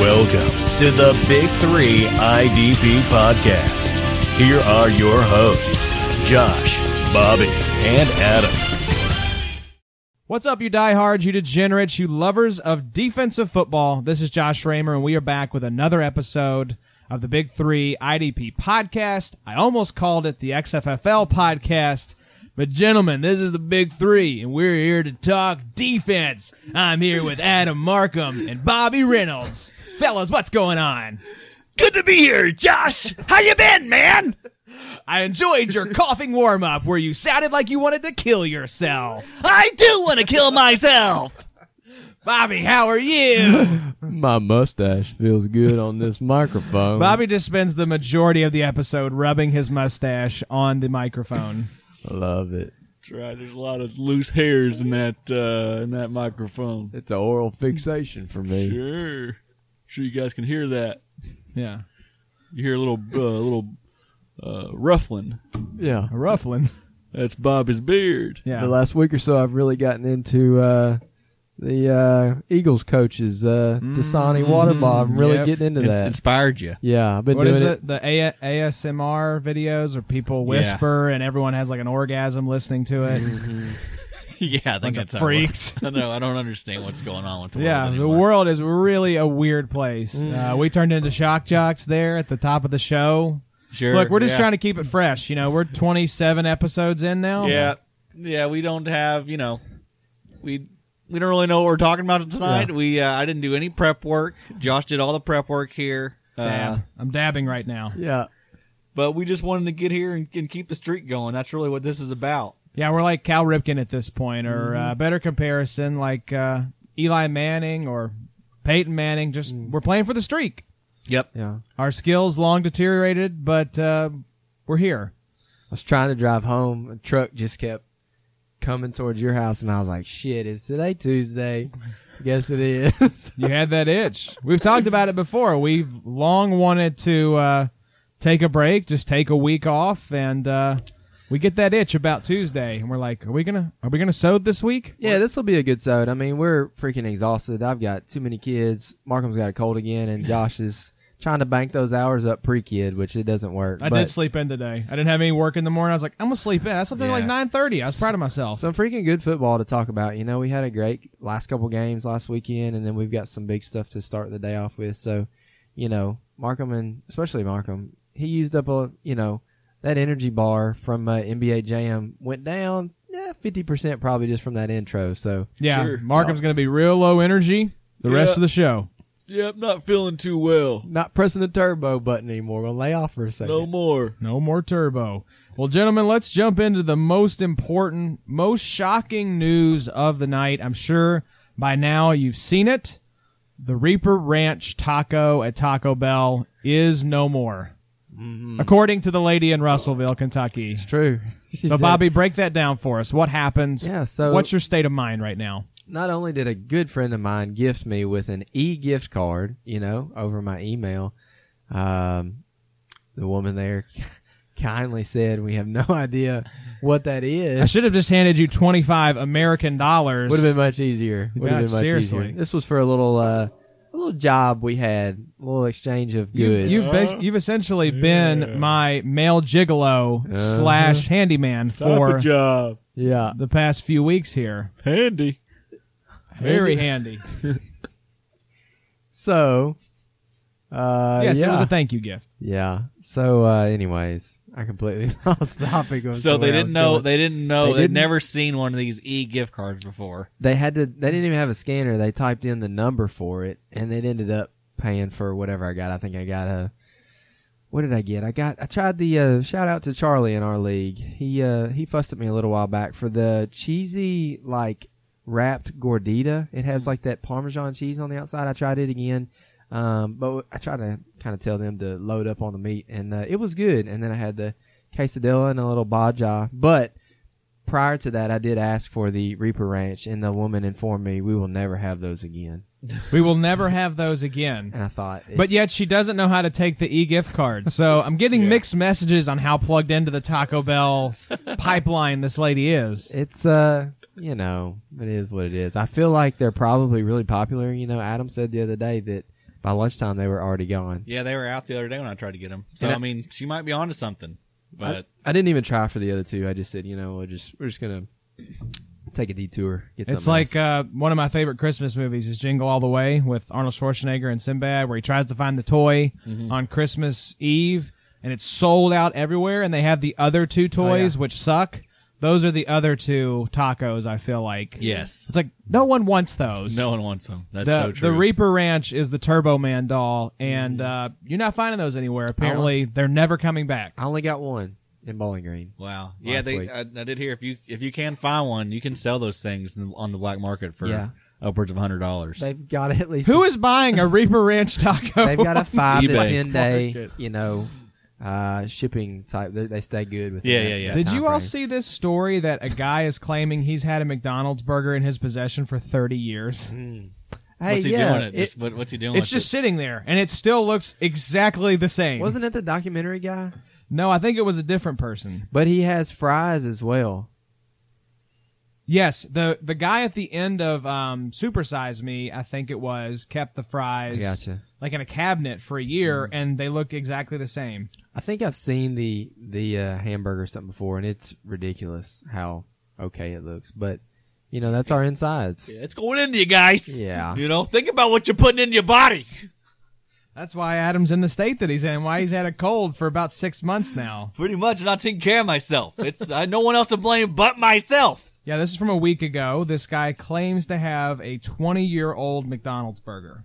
Welcome to the Big Three IDP Podcast. Here are your hosts, Josh, Bobby, and Adam. What's up, you diehards, you degenerates, you lovers of defensive football? This is Josh Raymer, and we are back with another episode of the Big Three IDP podcast. I almost called it the XFFL podcast, but gentlemen, this is the Big Three, and we're here to talk defense. I'm here with Adam Markham and Bobby Reynolds. Fellas, what's going on? Good to be here, Josh. How you been, man? I enjoyed your coughing warm up where you sounded like you wanted to kill yourself. I do want to kill myself. Bobby, how are you? My mustache feels good on this microphone. Bobby just spends the majority of the episode rubbing his mustache on the microphone. Love it. That's right. There's a lot of loose hairs in that uh, in that microphone. It's an oral fixation for me. Sure, sure. You guys can hear that. Yeah. You hear a little uh, little uh, ruffling. Yeah. A ruffling. That's Bobby's beard. The Yeah. last week or so, I've really gotten into uh, the uh, Eagles coaches, uh, Dasani Waterbaugh. I'm really yep. getting into It's that. inspired you. yeah, I've been What doing is it. it? The A- ASMR videos where people whisper and everyone has like an orgasm listening to it. yeah, I think Bunch of that's how it freaks. works. I know. I don't understand what's going on with the yeah, world the anymore. world is really a weird place. Uh, we turned into shock jocks there at the top of the show. Sure. Look, we're just yeah. trying to keep it fresh. You know, we're 27 episodes in now. Yeah, yeah. We don't have you know, we we don't really know what we're talking about tonight. We uh, I didn't do any prep work. Josh did all the prep work here. Uh, Dab. I'm dabbing right now. Yeah. but we just wanted to get here and, and keep the streak going. That's really what this is about. Yeah, we're like Cal Ripken at this point, or uh, better comparison, like uh, Eli Manning or Peyton Manning. Just we're playing for the streak. Yep. Yeah. Our skills long deteriorated, but uh, we're here. I was trying to drive home. A truck just kept coming towards your house, and I was like, shit, is today Tuesday? Guess it is. You had that itch. We've talked about it before. We've long wanted to uh, take a break, just take a week off, and uh, we get that itch about Tuesday, and we're like, are we gonna are we gonna sow this week? Yeah, this will be a good sode. I mean, we're freaking exhausted. I've got too many kids. Markham's got a cold again, and Josh is trying to bank those hours up pre-kid, which it doesn't work. I But- did sleep in today. I didn't have any work in the morning. I was like, I'm gonna sleep in. That's something like Yeah. 9:30. I was proud of myself. Some freaking good football to talk about. You know, we had a great last couple games last weekend, and then we've got some big stuff to start the day off with. So, you know, Markham and especially Markham, he used up a you know that energy bar from uh, NBA Jam went down. Yeah, fifty percent probably just from that intro. So Yeah, Sure. Markham's going to be real low energy the rest Yeah. of the show. Yep. Not feeling too well. not pressing the turbo button anymore. We'll lay off for a second. more. No more turbo. Well, gentlemen, let's jump into the most important, most shocking news of the night. I'm sure by now you've seen it. The Reaper Ranch taco at Taco Bell is no more, according to the lady in Russellville, Kentucky. True. She So, said, Bobby, break that down for us. What happens? Yeah, so- what's your state of mind right now? not only did a good friend of mine gift me with an e gift card, you know, over my email, um, the woman there kindly said, We have no idea what that I is. should have just handed you 25 American dollars. Would have been much easier. Would Yeah, have been much seriously. easier. This was for a little, uh, a little job we had, a little exchange of You've, goods. you've, Uh-huh. bas- you've essentially been my male gigolo Uh-huh. slash handyman for job. yeah. the past few weeks here. Handy. Very handy. So, uh, yes, yeah. it was a thank you gift. yeah. So, uh, anyways, I completely lost the topic. of So where they I didn't was know. going. They didn't They know. They would didn't- never seen one of these e gift cards before. they had to they didn't even have a scanner they typed in the number for it and it ended up paying for whatever i got i think i got a what did i get i got i tried the uh, shout out to charlie in our league he uh he fussed at me a little while back for the cheesy like wrapped gordita it has like that parmesan cheese on the outside i tried it again um, but I tried to kind of tell them to load up on the meat, and uh, it was good. And then I had the quesadilla and a little baja. But prior to that, I did ask for the Reaper Ranch, and the woman informed me we will never have those again. We will never have those again. And I thought, it's- But yet she doesn't know how to take the e gift card. So I'm getting Yeah. mixed messages on how plugged into the Taco Bell pipeline this lady is. it's uh, you know, it is what it is. I feel like they're probably really popular. You know, Adam said the other day that By lunchtime, they were already gone. Yeah, they were out the other day when I tried to get them. So And I, I- mean, she might be onto something. But I didn't even try for the other two. I just said, you know, we're just we're just gonna take a detour. Get It's something like else. uh, one of my favorite Christmas movies is Jingle All the Way with Arnold Schwarzenegger and Sinbad, where he tries to find the toy Mm-hmm. on Christmas Eve, and it's sold out everywhere. And they have the other Oh, two toys, which suck. Those are the other two tacos. I feel like yes, it's like no one wants those. no one wants them. That's the, so true. Mm-hmm. the Reaper Ranch is the Turbo Man doll, and uh, you're not finding those anywhere. Apparently, they're never coming back. I only got one in Bowling Green. wow. Yeah, Last they. week. I, I did hear if you if you can find one, you can sell those things in- on the black market for Yeah. upwards of hundred dollars. They've got at least Who is buying a Reaper Ranch taco? They've got a five to eBay. ten day, Market. you know, uh, shipping type. They, they stay good with. Yeah, that- yeah, yeah. that Did time you all frame. see this story that a guy is claiming he's had a McDonald's burger in his possession for 30 years? Hey, What's he yeah, doing? It, it- just, what, what's he doing? It's with just sitting there, and it still looks exactly the same. wasn't it the documentary guy? No, I think it was a different person. But he has fries as well. Yes, the the guy at the end of um, Super Size Me, I think it was, kept the fries Gotcha. Mm. like in a cabinet for a year, and they look exactly the same. I think I've seen the the uh, hamburger or something before, and it's ridiculous how okay it looks. But you know, that's our insides. it? Yeah, it's going into you guys. Yeah. You know, think about what you're putting in your body. That's why Adam's in the state that he's in. Why he's had a cold for about six months now. Pretty much, and I taking care of myself. It's I, no one else to blame but myself. Yeah, this is from a week ago. This guy claims to have a 20 year old McDonald's burger.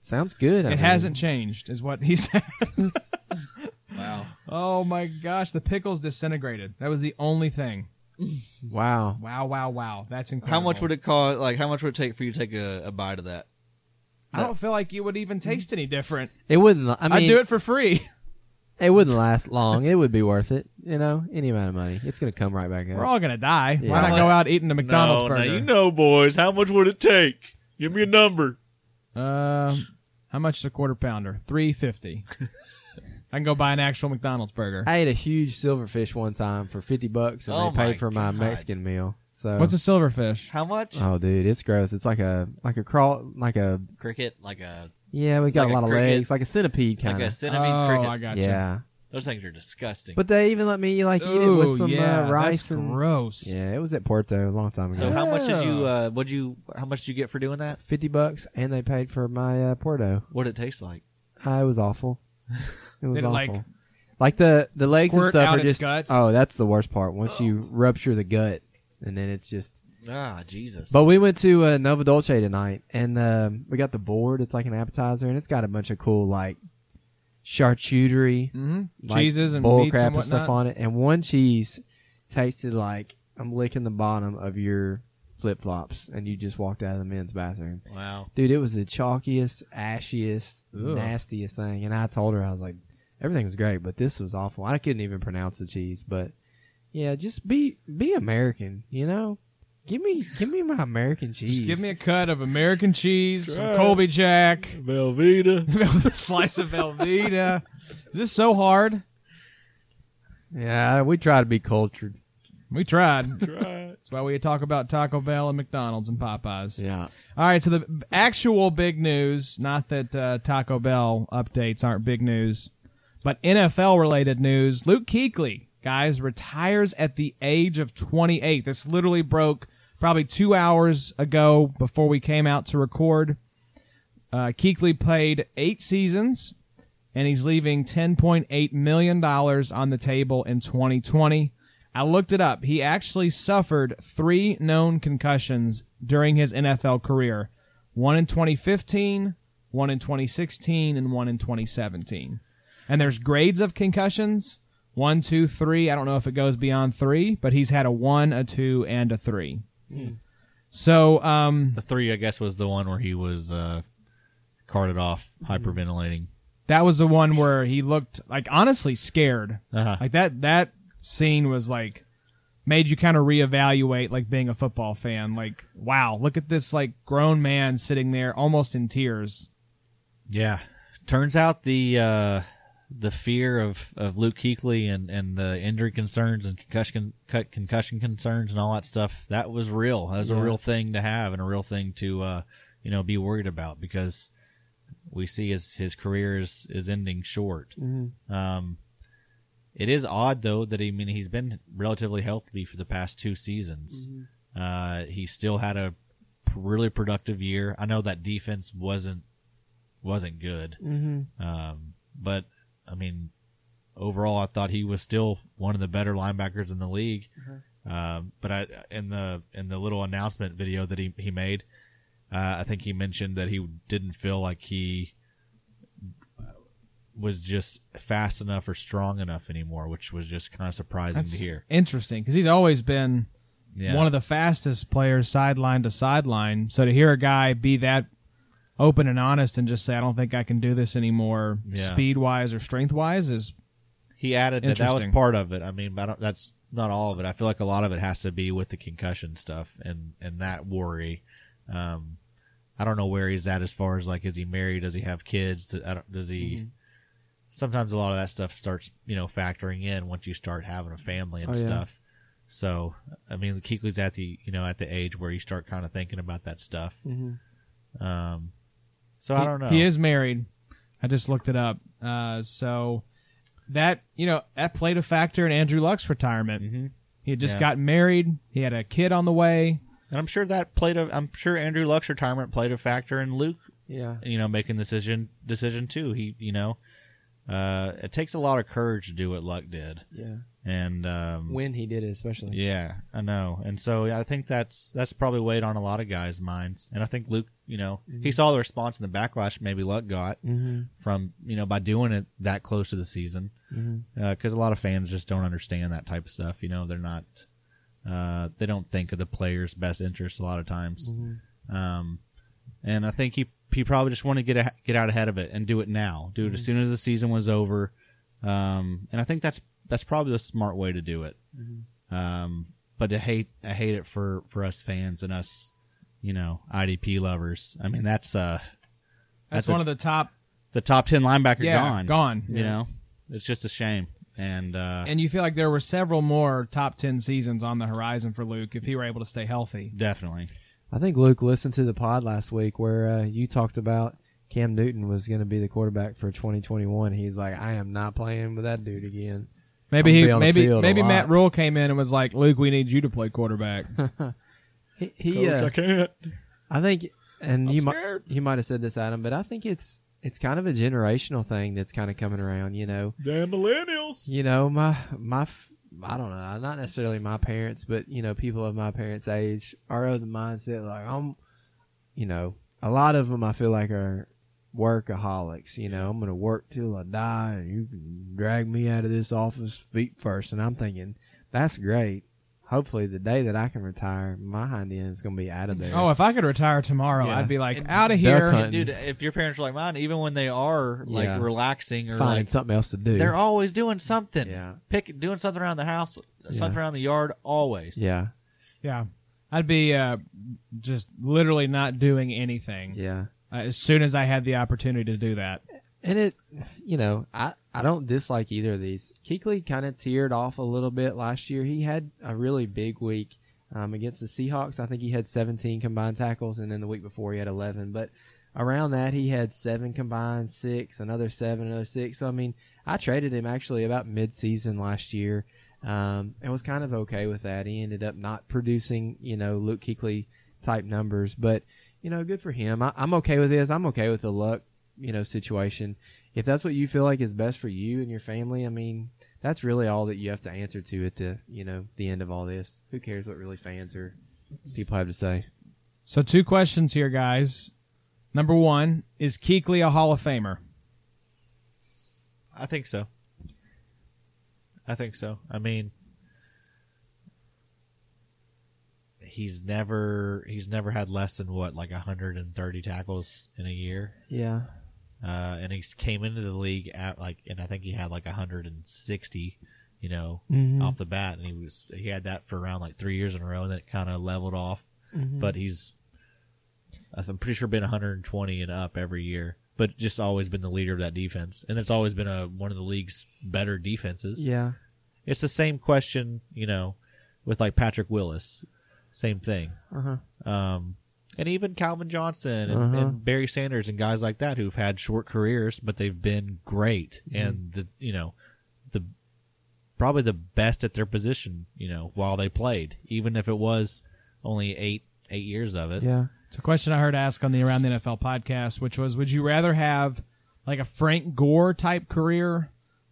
Sounds good. It I mean. hasn't changed, is what he said. Wow. oh my gosh, the pickles disintegrated. That was the only thing. Wow. Wow, wow, wow. That's incredible. How much would it cost? Like, how much would it take for you to take a, a bite of that? I don't feel like you would even taste any different. It wouldn't. la- I I mean, would do it for free. it wouldn't last long. it would be worth it. You know, any amount of money, it's gonna come right back up. We're all gonna die. Yeah. Why not go out eating a McDonald's no, burger? Now you know, boys. How much would it take? Give me a number. Um, how much is a quarter pounder? Three fifty. I can go buy an actual McDonald's burger. I ate a huge silverfish one time for fifty bucks, and Oh they paid my for my God. Mexican meal. So What's a silverfish? How much? Oh, dude, it's gross. It's like a like a crawl, like a cricket, like a yeah. We got Like a a lot of cricket. legs, like a centipede kind like a of. cinnamon oh, cricket. I gotcha. Yeah, Those things are disgusting. but they even let me like eat it Ooh, with some yeah, uh, rice that's and gross. yeah. It was at Porto a long time ago. so how much did you? Uh, would you? How much did you get for doing that? Fifty bucks, and they paid for my uh, Porto. What did it taste like? Uh, it was awful. It was Did it, awful. like, Like, the the legs and squirt stuff out are its just guts? oh, that's the worst part. Once you rupture the gut, and then it's just Ah, Jesus. But we went to uh, Nova Dolce tonight, and um, we got the board. It's like an appetizer, and it's got a bunch of cool like charcuterie, hmm like, Cheeses and bull meats crap and whatnot. stuff on it. And one cheese tasted like I'm licking the bottom of your flip flops, and you just walked out of the men's bathroom, wow. dude. It was the chalkiest, ashiest, Ugh. nastiest thing. And I told her I was like, everything was great, but this was awful. I couldn't even pronounce the cheese, but yeah, just be be American, you know. Give me, give me my American cheese. Just give me a cut of American cheese, some Colby Jack, Velveeta. a slice of Velveeta. Is this so hard? Yeah, we try to be cultured. We tried. That's why we talk about Taco Bell and McDonald's and Popeyes. Yeah. All right, so the actual big news, not that uh, Taco Bell updates aren't big news, but NFL related news. Luke Kuechly, guys, retires at the age of 28. This literally broke probably two hours ago before we came out to record. Uh, Kuechly played eight seasons, and he's leaving $10.8 million on the table in 2020. I looked it up. He actually suffered three known concussions during his NFL career one in 2015, one in 2016, and one in 2017. And there's grades of concussions one, two, three. I don't know if it goes beyond three, but he's had a one, a two, and a three. So, um, The three, I guess, was the one where he was uh, carted off, hyperventilating. That was the one where he looked like honestly scared. Uh-huh. Like that that scene was like made you kind of reevaluate like being a football fan. Like wow, look at this like grown man sitting there almost in tears. Yeah. Turns out the uh, the fear of, of Luke Kuechly and, and the injury concerns and concussion cut concussion concerns and all that stuff that was real. That was a real thing to have and a real thing to uh, you know be worried about because we see his his career is is ending short. Um, it is odd though that he I mean he's been relatively healthy for the past two seasons. Uh, he still had a p- really productive year. I know that defense wasn't wasn't good, Mm-hmm. um, but I mean, overall, I thought he was still one of the better linebackers in the league. Um, but I, in the in the little announcement video that he he made, uh, I think he mentioned that he didn't feel like he was just fast enough or strong enough anymore, which was just kind of surprising That's to hear. interesting because he's always been Yeah, one of the fastest players sideline to sideline. So to hear a guy be that open and honest and just say, I don't think I can do this anymore, Yeah. speed wise or strength wise, is he added that that was Interesting. part of it. I mean, I don't, that's not all of it. I feel like a lot of it has to be with the concussion stuff and and that worry. Um, I don't know where he's at as far as like, is he married? Does he have kids? Do- I don't- Does he? Mm-hmm. Sometimes a lot of that stuff starts, you know, factoring in once you start having a family Oh, and yeah. stuff. So, I mean, Keekly's at the you know at the age where you start kind of thinking about that stuff. Mm-hmm. Um, so I He- don't know. He is married. I just looked it up. Uh, so that you know that played a factor in Andrew Luck's retirement. Mhm. He had just Yeah. got married. He had a kid on the way. and I'm sure that played a. I'm sure Andrew Luck's retirement played a factor in Luke Yeah. you know making decision decision too. He you know uh, it takes a lot of courage to do what Luck did, Yeah. and um, When he did it, especially. yeah, I know. And so I think that's that's probably weighed on a lot of guys' minds. And I think Luke, you know, he saw the response and the backlash maybe Luck got Mm-hmm. from you know by doing it that close to the season Mm-hmm. because a lot of fans just don't understand that type of stuff. You know, they're not, uh, they don't think of the player's best interest a lot of times. Mm-hmm. Um, and I think he he probably just wanted to get a, get out ahead of it and do it now, do it as soon as the season was over. Um, and I think that's that's probably the smart way to do it. Um, but I hate I hate it for for us fans and us, you know, IDP lovers. I mean, that's uh, That's, That's a- one of the top. the top ten linebacker Yeah, gone, gone. You know, it's just a shame. And uh, And you feel like there were several more top ten seasons on the horizon for Luke if he were able to stay healthy. Definitely. I think Luke listened to the pod last week where uh, you talked about Cam Newton was going to be the quarterback for 2021. He's like, I am not playing with that dude again. Maybe I'm he, be on the maybe field a maybe lot. Matt Rule came in and was like, "Luke, we need you to play quarterback." He, he uh, can't. I think, and you might scared. you might have said this, Adam, but I think it's it's kind of a generational thing that's kind of coming around. You know, Damn millennials. you know my my f- I don't know, not necessarily my parents, but you know people of my parents' age are of the mindset like I'm, you know, a lot of them I feel like are workaholics. You know, I'm gonna work till I die, and you can drag me out of this office feet first. And I'm thinking that's great. Hopefully, the day that I can retire, my hind end is gonna be out of there. oh, if I could retire tomorrow, Yeah. I'd be like, And "Out of duck here." hunt. Dude, if your parents are like mine, even when they are like Yeah. relaxing or find like something else to do. they're always doing something. Yeah. Pick doing something around the house, something around the yard, always. yeah, Yeah, I'd be uh, just literally not doing anything. yeah. uh, as soon as I had the opportunity to do that. And it, you know, I, I don't dislike either of these. Keekly kind of teared off a little bit last year. He had a really big week um, against the Seahawks. I think he had 17 combined tackles, and then the week before he had 11. But around that, he had seven combined, six, another seven, another six. So, I mean, I traded him actually about midseason last year um, and was kind of okay with that. He ended up not producing, you know, Luke Kuechly type numbers, but, you know, good for him. I, I'm okay with this. I'm okay with the luck, you know, situation. If that's what you feel like is best for you and your family, I mean, that's really all that you have to answer to at the, you know, the end of all this. Who cares what really fans or people have to say? So, two questions here, guys. Number one is Keekly a Hall of Famer? I think so. I think so. I mean, he's never he's never had less than what like 130 tackles in a year. Yeah. uh, and he came into the league at like, and I think he had like 160, you know, Mhm. off the bat, and he was he had that for around like three years in a row, and then it kind of leveled off. Mm-hmm. Mm-hmm. But he's, I'm pretty sure, been 120 and up every year, but just always been the leader of that defense, and it's always been a one of the league's better defenses. Yeah. It's the same question, you know, with like Patrick Willis, same thing. Uh huh. Um, and even Calvin Johnson and, Uh-huh. and Barry Sanders and guys like that who've had short careers, but they've been great Mm-hmm. and the you know the probably the best at their position. You know while they played, even if it was only eight eight years of it. Yeah. It's a question I heard asked on the Around the NFL podcast, which was, would you rather have like a Frank Gore type career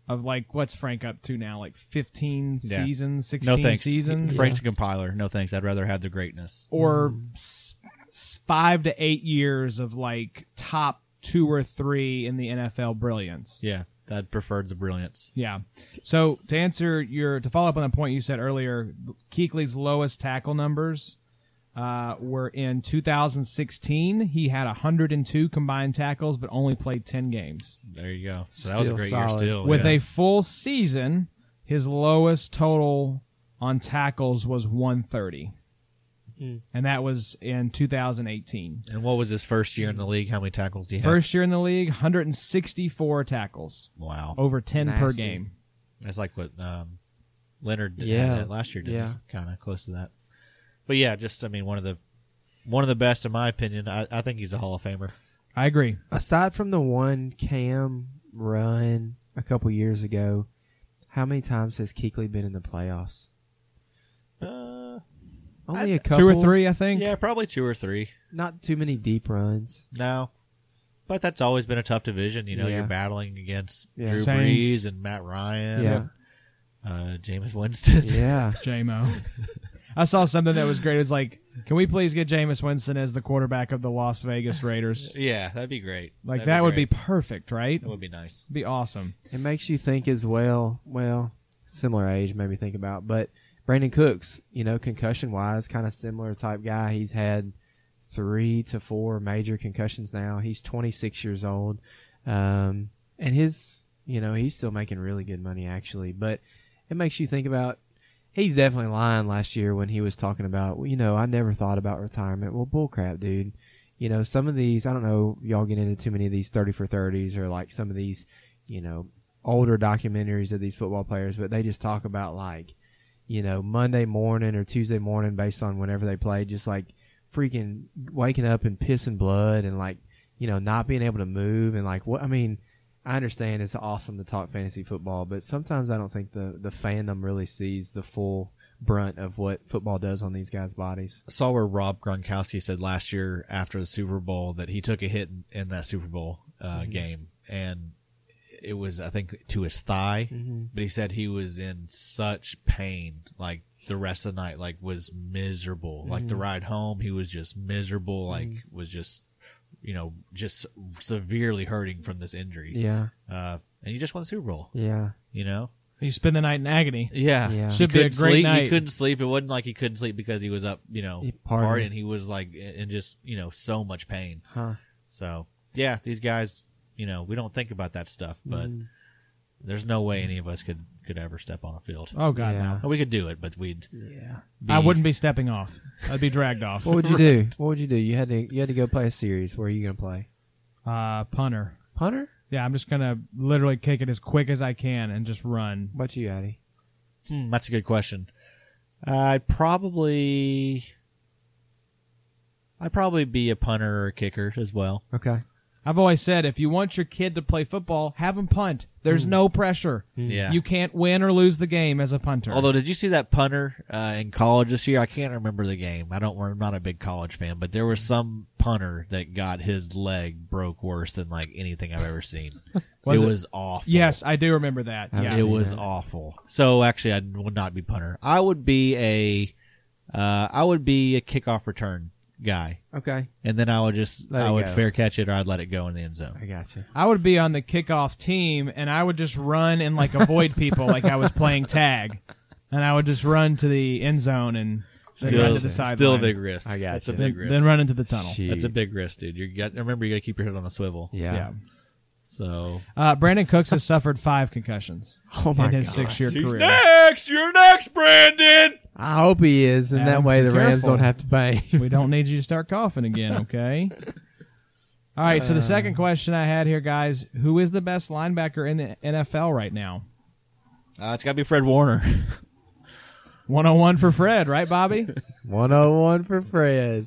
of like what's Frank up to now, like fifteen Yeah. seasons, No sixteen thanks, seasons, Frank's a compiler. No thanks. I'd rather have the greatness. or s- s- five to eight years of like top two or three in the NFL brilliance? Yeah, I'd preferred the brilliance. Yeah. So to answer your to follow up on the point you said earlier, Keekley's lowest tackle numbers uh, were in 2016. He had 102 combined tackles, but only played 10 games. There you go. So that was a Still great year. solid. Still With yeah. a full season, his lowest total on tackles was 130, Hmm. and that was in 2018. and what was his first year in the league? How many tackles do you have? First year in the league, 164 tackles, Wow. over 10 per Nasty. game. That's like what um, Leonard did Yeah. had that last year, didn't Yeah. Kind of close to that. But yeah, just I mean one of the one of the best in my opinion. I, I think he's a Hall of Famer. I agree. Aside from the one Cam run a couple years ago, how many times has Keekly been in the playoffs? Uh, Only a couple. Two or three, I think. yeah, probably two or three. Not too many deep runs. No. But that's always been a tough division, you know. Yeah. You're battling against Yeah. Drew Saints. Brees and Matt Ryan, Yeah. uh, Jameis Winston. Yeah. JMO. I saw something that was great. It was like, can we please get Jameis Winston as the quarterback of the Las Vegas Raiders? Yeah, that'd be great. Like That'd that would be great. perfect, right? that would be nice. be awesome. It makes you think as well. Well, similar age, made me think about. But Brandon Cooks, you know, concussion wise, kind of similar type guy. He's had three to four major concussions now. He's 26 years old. Um, and his, you know, he's still making really good money, actually. But it makes you think about. He's definitely lying last year when he was talking about, well, you know, I never thought about retirement. Well, bullcrap, dude. You know, some of these, I don't know, y'all get into too many of these 30 for 30s or like some of these, you know, older documentaries of these football players, but they just talk about like, you know, Monday morning or Tuesday morning based on whenever they played, just like freaking waking up and pissing blood and like, you know, not being able to move and like what I mean, I understand it's awesome to talk fantasy football, but sometimes I don't think the the fandom really sees the full brunt of what football does on these guys' bodies. I saw where Rob Gronkowski said last year after the Super Bowl that he took a hit in, in that Super Bowl uh, Mm-hmm. game, and it was I think to his thigh, Mm-hmm. but he said he was in such pain like the rest of the night, like was miserable. Like Mm. the ride home, he was just miserable. Like was just you know just severely hurting from this injury. Yeah. Uh, and he just won the Super Bowl, Yeah. you know. You spend the night in agony. Yeah, Yeah. He Should be a couldn't great sleep. night. He couldn't sleep. It wasn't like he couldn't sleep because he was up, you know, He partying. partied. He was like in just you know so much pain. Huh. So yeah, these guys, you know, we don't think about that stuff, but Mm. there's no way any of us could could ever step on a field. Oh god, Yeah. Well, we could do it, but we'd Yeah. no. I wouldn't be stepping off. I'd be dragged off. What would you do? What would you do? You had to you had to go play a series. Where are you gonna play? Uh, punter. Punter? Yeah, I'm just gonna literally kick it as quick as I can and just run. What about you, Addy? Hmm, that's a good question. I'd probably, I'd probably be a punter or a kicker as well. Okay. I've always said if you want your kid to play football, have him punt. There's no pressure. Yeah. You can't win or lose the game as a punter. Hmm. Although, did you see that punter uh, in college this year? I can't remember the game. I don't. I'm not a big college fan, but there was some punter that got his leg broke worse than like anything I've ever seen. Was it, it- was awful. yes, I do remember that. I Yeah. it seen was that. awful. So actually, I would not be punter. I would be a, uh, I would be a kickoff return guy, Okay. and then I would just Let I it would go. fair catch it or I'd let it go in the end zone. I got you. I would be on the kickoff team and I would just run and like avoid people like I was playing tag. And I would just run to the end zone and then run to the sideline. still a big risk. I got That's a you. Then, big risk. then run into the tunnel. That's a big risk, dude. You got remember you got to keep your head on the swivel. Yeah. Yeah. So Uh, Brandon Cooks has suffered five concussions Oh my in his gosh. six year career. next. You're next, Brandon. I hope he is, and Adam, that way be the Rams careful. don't have to pay. we don't need you to start coughing again, okay? All right, Uh. so the second question I had here, guys who is the best linebacker in the NFL right now? Uh, it's got to be Fred Warner. 101 for Fred, right, Bobby? 101 for oh Fred.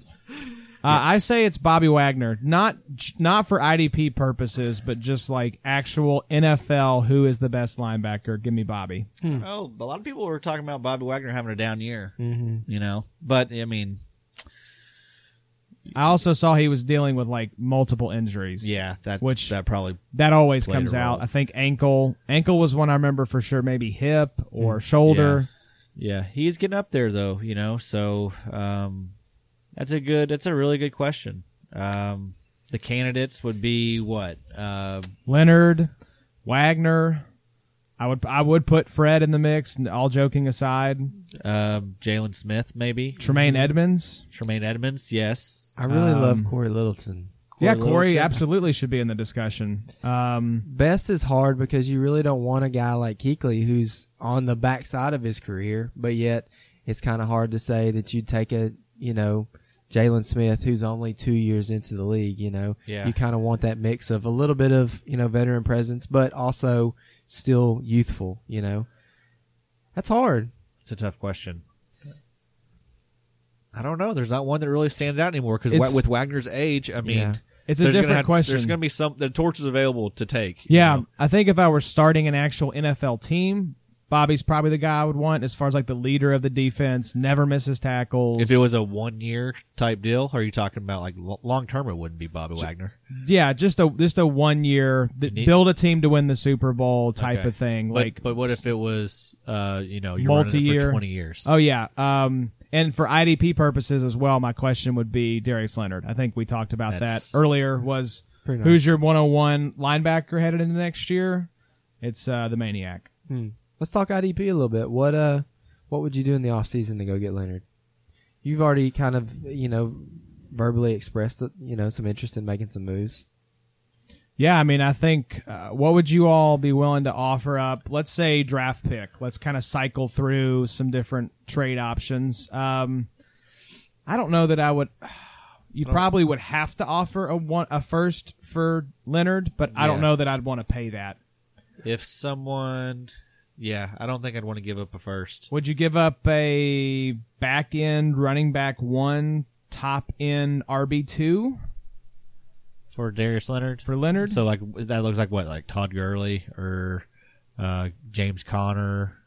Uh, I say it's Bobby Wagner, not not for IDP purposes, but just like actual NFL. Who is the best linebacker? Give me Bobby. Oh, a lot of people were talking about Bobby Wagner having a down year. You know, but I mean, I also saw he was dealing with like multiple injuries. yeah, that Which- that probably that always Played comes a role. out. I think ankle ankle was one I remember for sure. Maybe hip or shoulder. Mm. Yeah, he's getting up there though, you know. So um, that's a good, that's a really good question. Um, the candidates would be what? Uh, Leonard, Wagner. I would I would put Fred in the mix. and All joking aside, uh, Jalen Smith, maybe Tremaine Edmonds. Tremaine Edmonds. Yes, I really love Corey Littleton. yeah, Corey Corey Littleton. absolutely should be in the discussion. Um, Best is hard because you really don't want a guy like Keekly who's on the backside of his career, but yet it's kind of hard to say that you'd take a, you know, Jalen Smith who's only two years into the league, you know. Yeah. You kind of want that mix of a little bit of, you know, veteran presence, but also still youthful, you know. That's hard. it's a tough question. I don't know. There's not one that really stands out anymore because It's- with Wagner's age, I mean, Yeah. It's a there's gonna different have- question. There's going to be some. The torch is available to take. you yeah, know? I think if I were starting an actual NFL team, Bobby's probably the guy I would want as far as like the leader of the defense. Never misses tackles. If it was a one year type deal, are you talking about like long term? It wouldn't be Bobby Wagner. yeah, just a just a one year th- need- build a team to win the Super Bowl type Okay. of thing. But- like, but what if it was, uh, you know, you're running it Multi-year. for twenty years? oh yeah, um, and for IDP purposes as well, my question would be Darius Leonard. I think we talked about That's- that earlier. Was Pretty nice. who's your 101 linebacker headed into next year? It's uh, the maniac. Hmm. Let's talk IDP a little bit. What uh, what would you do in the off season to go get Leonard? You've already kind of you know verbally expressed you know some interest in making some moves. Yeah, I mean, I think uh, what would you all be willing to offer up? Let's say draft pick. Let's kind of cycle through some different trade options. Um, I don't know that I would. Oh. You probably would have to offer a one a first for Leonard, but I don't Yeah. know that I'd want to pay that. If someone, yeah, I don't think I'd want to give up a first. Would you give up a back end running back one, top end RB two for Darius Leonard. for Leonard? So like that looks like what like Todd Gurley or uh, James Conner.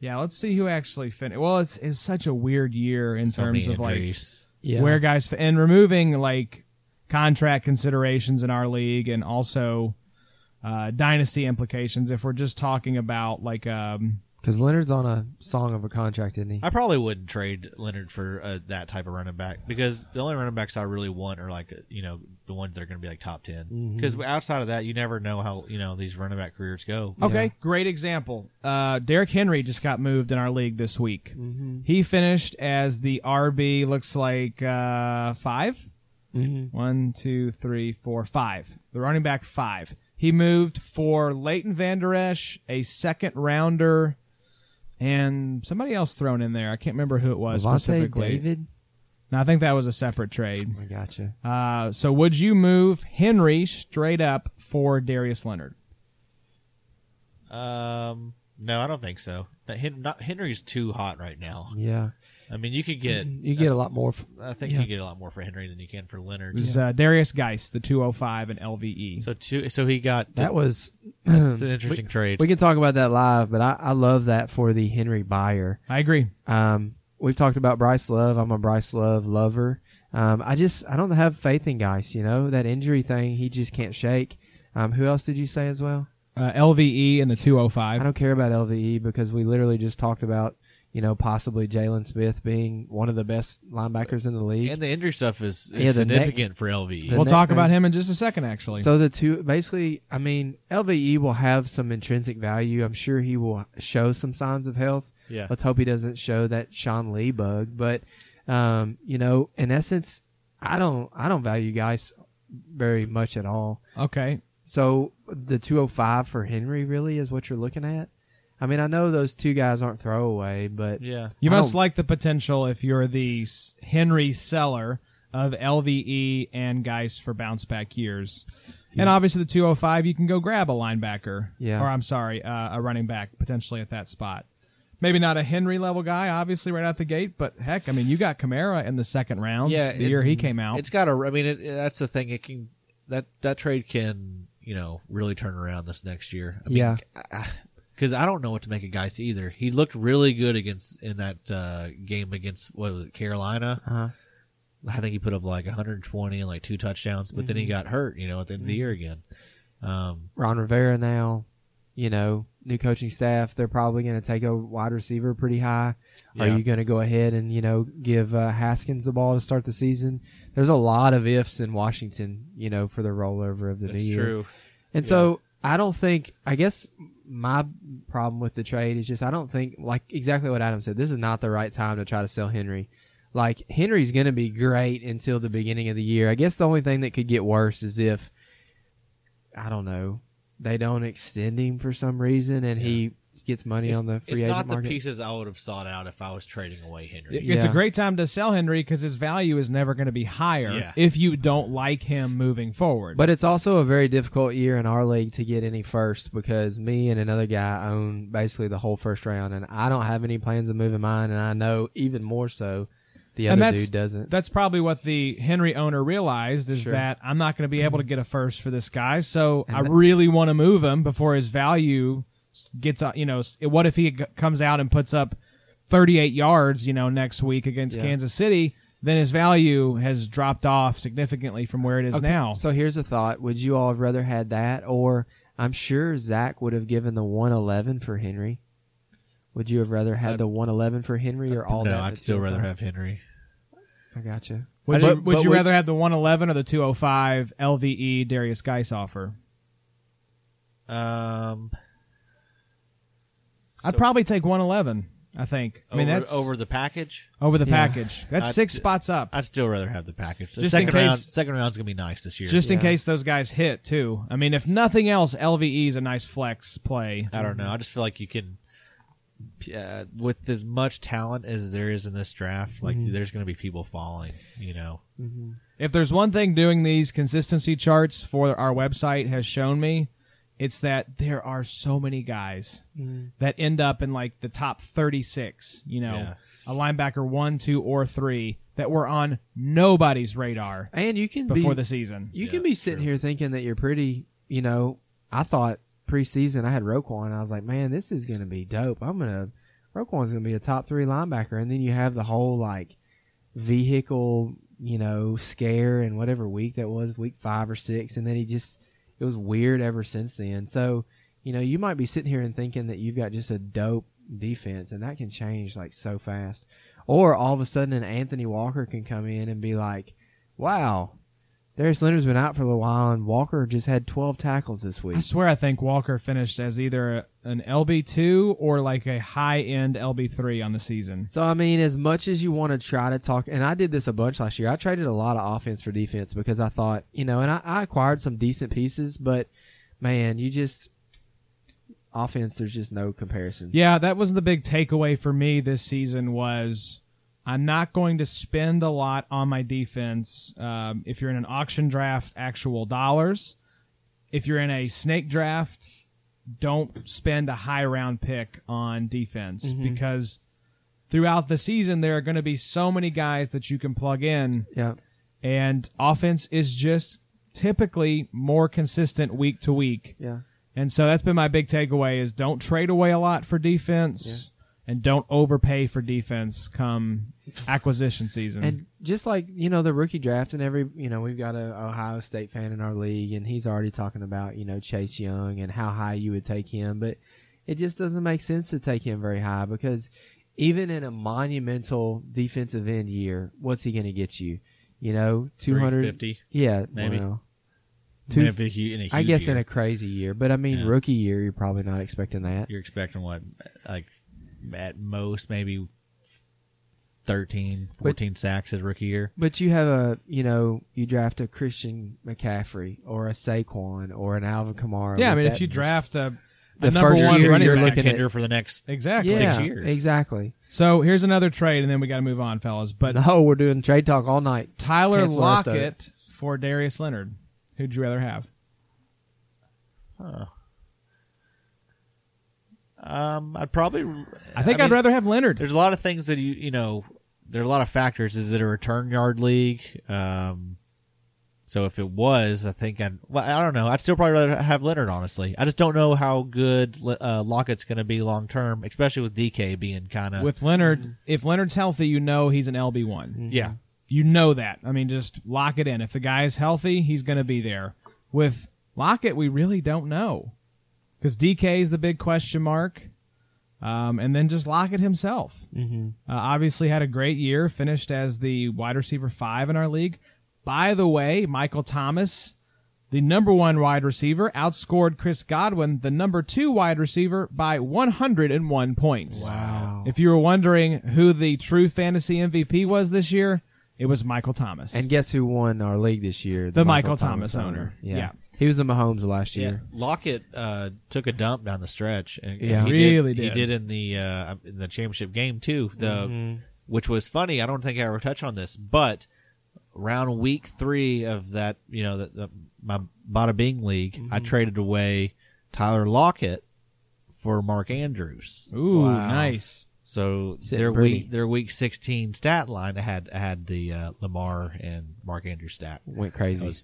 yeah, let's see who actually finished. Well, it's it's such a weird year in So terms many of like. injuries. Yeah, where guys and removing like contract considerations in our league and also uh, dynasty implications if we're just talking about like um because Leonard's on a song of a contract, isn't he? I probably wouldn't trade Leonard for uh, that type of running back because the only running backs I really want are like uh, you know the ones that are going to be like top ten. Because outside of that, you never know how you know these running back careers go. okay great example uh Derrick Henry just got moved in our league this week Mm-hmm. he finished as the RB looks like uh 5 Mm-hmm. One, two, three, four, five. The running back five. He moved for Leighton Vander Esch, a second rounder, and somebody else thrown in there. I can't remember who it was Lante specifically. David. No, I think that was a separate trade. I gotcha. Uh, so would you move Henry straight up for Darius Leonard? Um, no, I don't think so. But Hen- not, Henry's too hot right now. Yeah, I mean, you could get. you get a lot more. F- I think Yeah. you get a lot more for Henry than you can for Leonard. It was uh, Darius Geis, the 205 and E. LVE. So two. So he got. that was. It's an interesting trade. We can talk about that live, but I, I love that for the Henry buyer. I agree. Um, we've talked about Bryce Love. I'm a Bryce Love lover. Um, I just I don't have faith in guys. You know that injury thing he just can't shake. Um, who else did you say as well? Uh, LVE and the 205. I don't care about LVE because we literally just talked about you know possibly Jalen Smith being one of the best linebackers in the league. and the injury stuff is, is Yeah, the neck- significant for LV. the we'll next talk about thing- him in just a second, actually. So the two, basically, I mean, LVE will have some intrinsic value. I'm sure he will show some signs of health. Yeah. Let's hope he doesn't show that Sean Lee bug. But, um, you know, in essence, I don't, I don't value guys very much at all. okay. So the 205 for Henry really is what you're looking at. I mean, I know those two guys aren't throwaway, but yeah. You I must don't- like the potential if you're the s- Henry seller of LVE and Geis for bounce back years. And obviously, the 205, you can go grab a linebacker. Yeah. Or I'm sorry, uh, a running back potentially at that spot. Maybe not a Henry level guy, obviously, right out the gate, but heck, I mean, you got Kamara in the second round Yeah, the it- year he came out. It's got to. I mean, it, that's the thing. It can that that trade can you know really turn around this next year. I mean, yeah. because I don't know what to make of Geis either. He looked really good against in that uh, game against what was it, Carolina. Uh-huh. I think he put up like 120 and like two touchdowns, but then he got hurt. You know, at the end of the year again. Um, Ron Rivera now, you know, new coaching staff, they're probably going to take a wide receiver pretty high. Are Yeah. you going to go ahead and, you know, give uh, Haskins the ball to start the season? There's a lot of ifs in Washington, you know, for the rollover of the new year. And so I don't think, I guess my problem with the trade is just I don't think, like exactly what Adam said, this is not the right time to try to sell Henry. Like, Henry's going to be great until the beginning of the year. I guess the only thing that could get worse is if, I don't know, they don't extend him for some reason and he gets money It's, on the free it's agent not the market. pieces I would have sought out if I was trading away Henry. It's a Yeah. great time to sell Henry because his value is never going to be higher Yeah. if you don't like him moving forward. But it's also a very difficult year in our league to get any first because me and another guy own basically the whole first round, and I don't have any plans of moving mine, and I know even more so the and other that's dude doesn't. that's probably what the Henry owner realized is Sure. that I'm not going to be able to get a first for this guy, so And I that- really want to move him before his value s- gets up. You know, s- what if he g- comes out and puts up 38 yards, you know, next week against Yeah. Kansas City? Then his value has dropped off significantly from where it is Okay, now. So here's a thought: Would you all have rather had that, or I'm sure Zach would have given the 111 for Henry? Would you have rather had the 111 for Henry or all no, that? I'd that still you rather thought? have Henry. I gotcha. Would I you, just- would but you rather have the 111 or the 205 LVE E Darius Geis offer? Um, I'd probably take 111. I think. I mean, over, that's over, over the package. the Yeah. package. That's I'd six st- spots up. I'd still rather have the package. The Just in second round, case- second round's gonna be nice this year. Just in Yeah. case those guys hit too. I mean, if nothing else, LVE is a nice flex play. I don't know. I just feel like you can, uh, with as much talent as there is in this draft, like Mm-hmm. there's going to be people falling. You know, Mm-hmm. If there's one thing doing these consistency charts for our website has shown me, it's that there are so many guys that end up in like the top 36, you know, Yeah. a linebacker one, two, or three that were on nobody's radar And you can before be, the season. You Yeah, can be sitting true. here thinking that you're pretty. You know, I thought preseason I had Roquan. I was like, man, this is gonna be dope. I'm gonna Roquan's gonna be a top three linebacker, and then you have the whole like vehicle, you know, scare and whatever week that was, week five or six, and then he just it was weird ever since then. So, you know, you might be sitting here and thinking that you've got just a dope defense, and that can change like so fast. Or all of a sudden, an Anthony Walker can come in and be like, "Wow, Darius Leonard's been out for a little while, and Walker just had 12 tackles this week." I swear I think Walker finished as either an LB2 or like a high end LB3 on the season. So I mean, as much as you want to try to talk, and I did this a bunch last year. I traded a lot of offense for defense because I thought, you know, and I, I acquired some decent pieces, but man, you just offense. There's just no comparison. Yeah, that was the big takeaway for me this season was I'm not going to spend a lot on my defense. Um, if you're in an auction draft, actual dollars. If you're in a snake draft, don't spend a high round pick on defense because throughout the season there are going to be so many guys that you can plug in, Yeah. and offense is just typically more consistent week to week. Yeah. And so that's been my big takeaway is don't trade away a lot for defense and don't overpay for defense come acquisition season. And just like you know the rookie draft, and every you know we've got a Ohio State fan in our league, and he's already talking about you know Chase Young and how high you would take him, but it just doesn't make sense to take him very high because even in a monumental defensive end year, what's he going to get you? You know, two hundred, 350, yeah, maybe. well, two- maybe a hu- in a I huge guess year. in a crazy year, but I mean Yeah. rookie year, you're probably not expecting that. you're expecting what, like at most maybe 13, 14 sacks his rookie year. But you have a, you know, you draft a Christian McCaffrey or a Saquon or an Alvin Kamara. yeah, I with mean, that if you draft a, a the number first one year running you're back. looking at- Contender for the next. exactly. yeah, six years. Exactly. So here's another trade, and then we got to move on, fellas. But No, we're doing trade talk all night. Tyler Cancel the rest of Lockett for Darius Leonard. Who'd you rather have? Uh, Um, I'd probably. I think I would mean, rather have Leonard. There's a lot of things that you you know. There are a lot of factors. Is it a return yard league? Um, so if it was, I think I'd. Well, I don't know. I'd still probably rather have Leonard. Honestly, I just don't know how good Le- uh, Lockett's going to be long term, especially with DK being kind of With Leonard, if Leonard's healthy, you know he's an LB Mm-hmm. one. yeah. You know that. I mean, just lock it in. If the guy's healthy, he's going to be there. With Lockett, we really don't know because DK is the big question mark, um, and then just Lockett himself. Mm-hmm. Uh, obviously, had a great year, finished as the wide receiver five in our league. By the way, Michael Thomas, the number one wide receiver, outscored Chris Godwin, the number two wide receiver, by 101 points. Wow. If you were wondering who the true fantasy MVP was this year, it was Michael Thomas. And guess who won our league this year? The Michael Thomas owner. Yeah. Yeah. He was the Mahomes last Yeah, year. Lockett uh, took a dump down the stretch. And, Yeah. and he Really did. did, Mm-hmm. He did in the uh, in the championship game too. The Uh, Mm-hmm. which was funny. I don't think I ever touched on this, but round week three of that, you know, that the, my Bada Bing league, I traded away Tyler Lockett for Mark Andrews. Ooh, nice. So Sit their pretty. week their week sixteen stat line I had I had the uh, Lamar and Mark Andrews stat. Went crazy. That was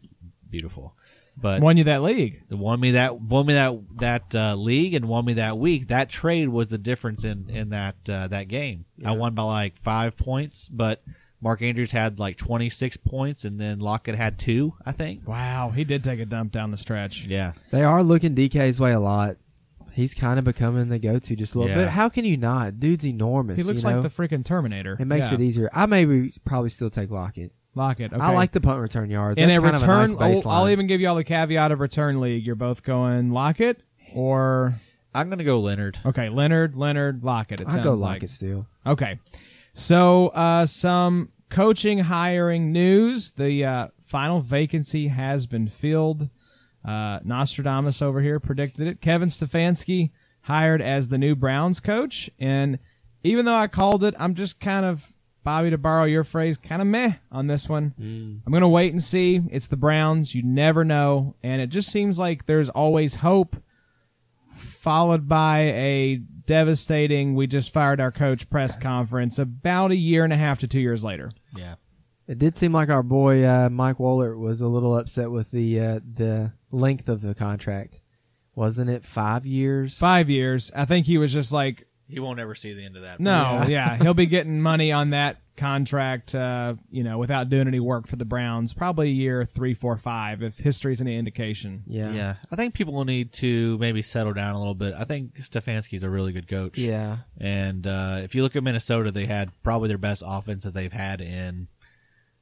beautiful. But Won you that league. won me that won me that that uh, league and won me that week. That trade was the difference in in that uh, that game. I won by like five points, but Mark Andrews had like twenty six points, and then Lockett had two, I think. Wow, he did take a dump down the stretch. Yeah, They are looking DK's way a lot. He's kind of becoming the go-to just a little Yeah. bit. How can you not? Dude's enormous. He looks you know? like the freaking Terminator. It makes Yeah. it easier. I maybe probably still take Lockett. Lockett. Okay. I like the punt return yards. in That's a kind return. of a nice I'll, I'll baseline. even give y'all the caveat of return league. You're both going Lockett or I'm gonna go Leonard. okay Leonard, Leonard, Lockett. It I'll sounds go like. Lockett still. Okay. So, uh, some coaching hiring news. The uh, final vacancy has been filled. Uh, Nostradamus over here predicted it. Kevin Stefanski hired as the new Browns coach. And even though I called it, I'm just kind of, Bobby, to borrow your phrase, kind of meh on this one. I'm going to wait and see. It's the Browns. You never know. And it just seems like there's always hope followed by a devastating we just fired our coach press conference about a year and a half to two years later Yeah, It did seem like our boy uh, Mike Waller was a little upset with the uh, the length of the contract, wasn't it? Five years. five years i think he was just like he won't ever see the end of that. no yeah, he'll be getting money on that contract uh, you know without doing any work for the browns probably year three four five if history's any indication Yeah. Yeah. Yeah, I think people will need to maybe settle down a little bit. I think Stefanski's a really good coach. And uh, if you look at Minnesota, they had probably their best offense that they've had in,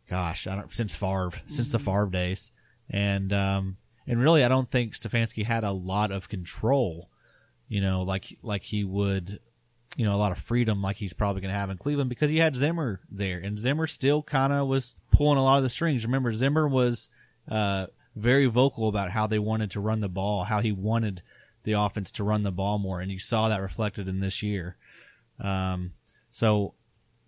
gosh, I don't since Favre, since the Favre days, and um, and really, I don't think Stefanski had a lot of control, you know, like like he would, you know, a lot of freedom like he's probably going to have in Cleveland because he had Zimmer there, and Zimmer still kind of was pulling a lot of the strings. Remember, Zimmer was uh, very vocal about how they wanted to run the ball, how he wanted the offense to run the ball more, and you saw that reflected in this year. Um, so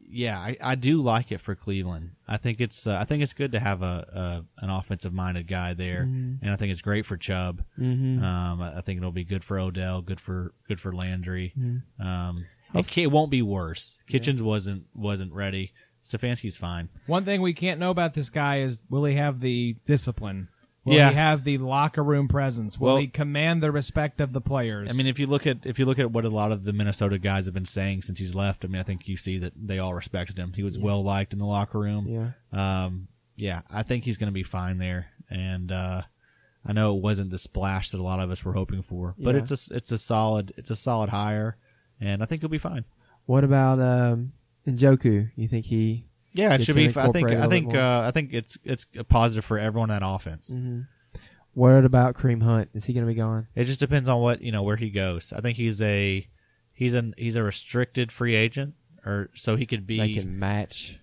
yeah, I, I do like it for Cleveland. I think it's uh, I think it's good to have a, a an offensive minded guy there, and I think it's great for Chubb. Mm-hmm. Uh, Um, I I think it'll be good for Odell, good for good for Landry. Um, it, ca- it won't be worse. Kitchens wasn't wasn't ready. Stefanski's fine. one thing we can't know about this guy is will he have the discipline will Yeah. he have the locker room presence will Well- he command the respect of the players I mean, if you look at if you look at what a lot of the Minnesota guys have been saying since he's left, I mean, I think you see that they all respected him. He was well liked in the locker room. Yeah. Um, yeah, I think he's going to be fine there. And uh, I know it wasn't the splash that a lot of us were hoping for, but Yeah. it's a it's a solid it's a solid hire, and I think he'll be fine. What about um, Njoku? You think he? Yeah, it Gets should him be. fi- I think incorporated a I little think more. uh, I think it's it's a positive for everyone at offense. Mm. Mm-hmm. What about Kareem Hunt? Is he going to be gone? It just depends on what you know where he goes. I think he's a he's an he's a restricted free agent, or so he could be. They can match.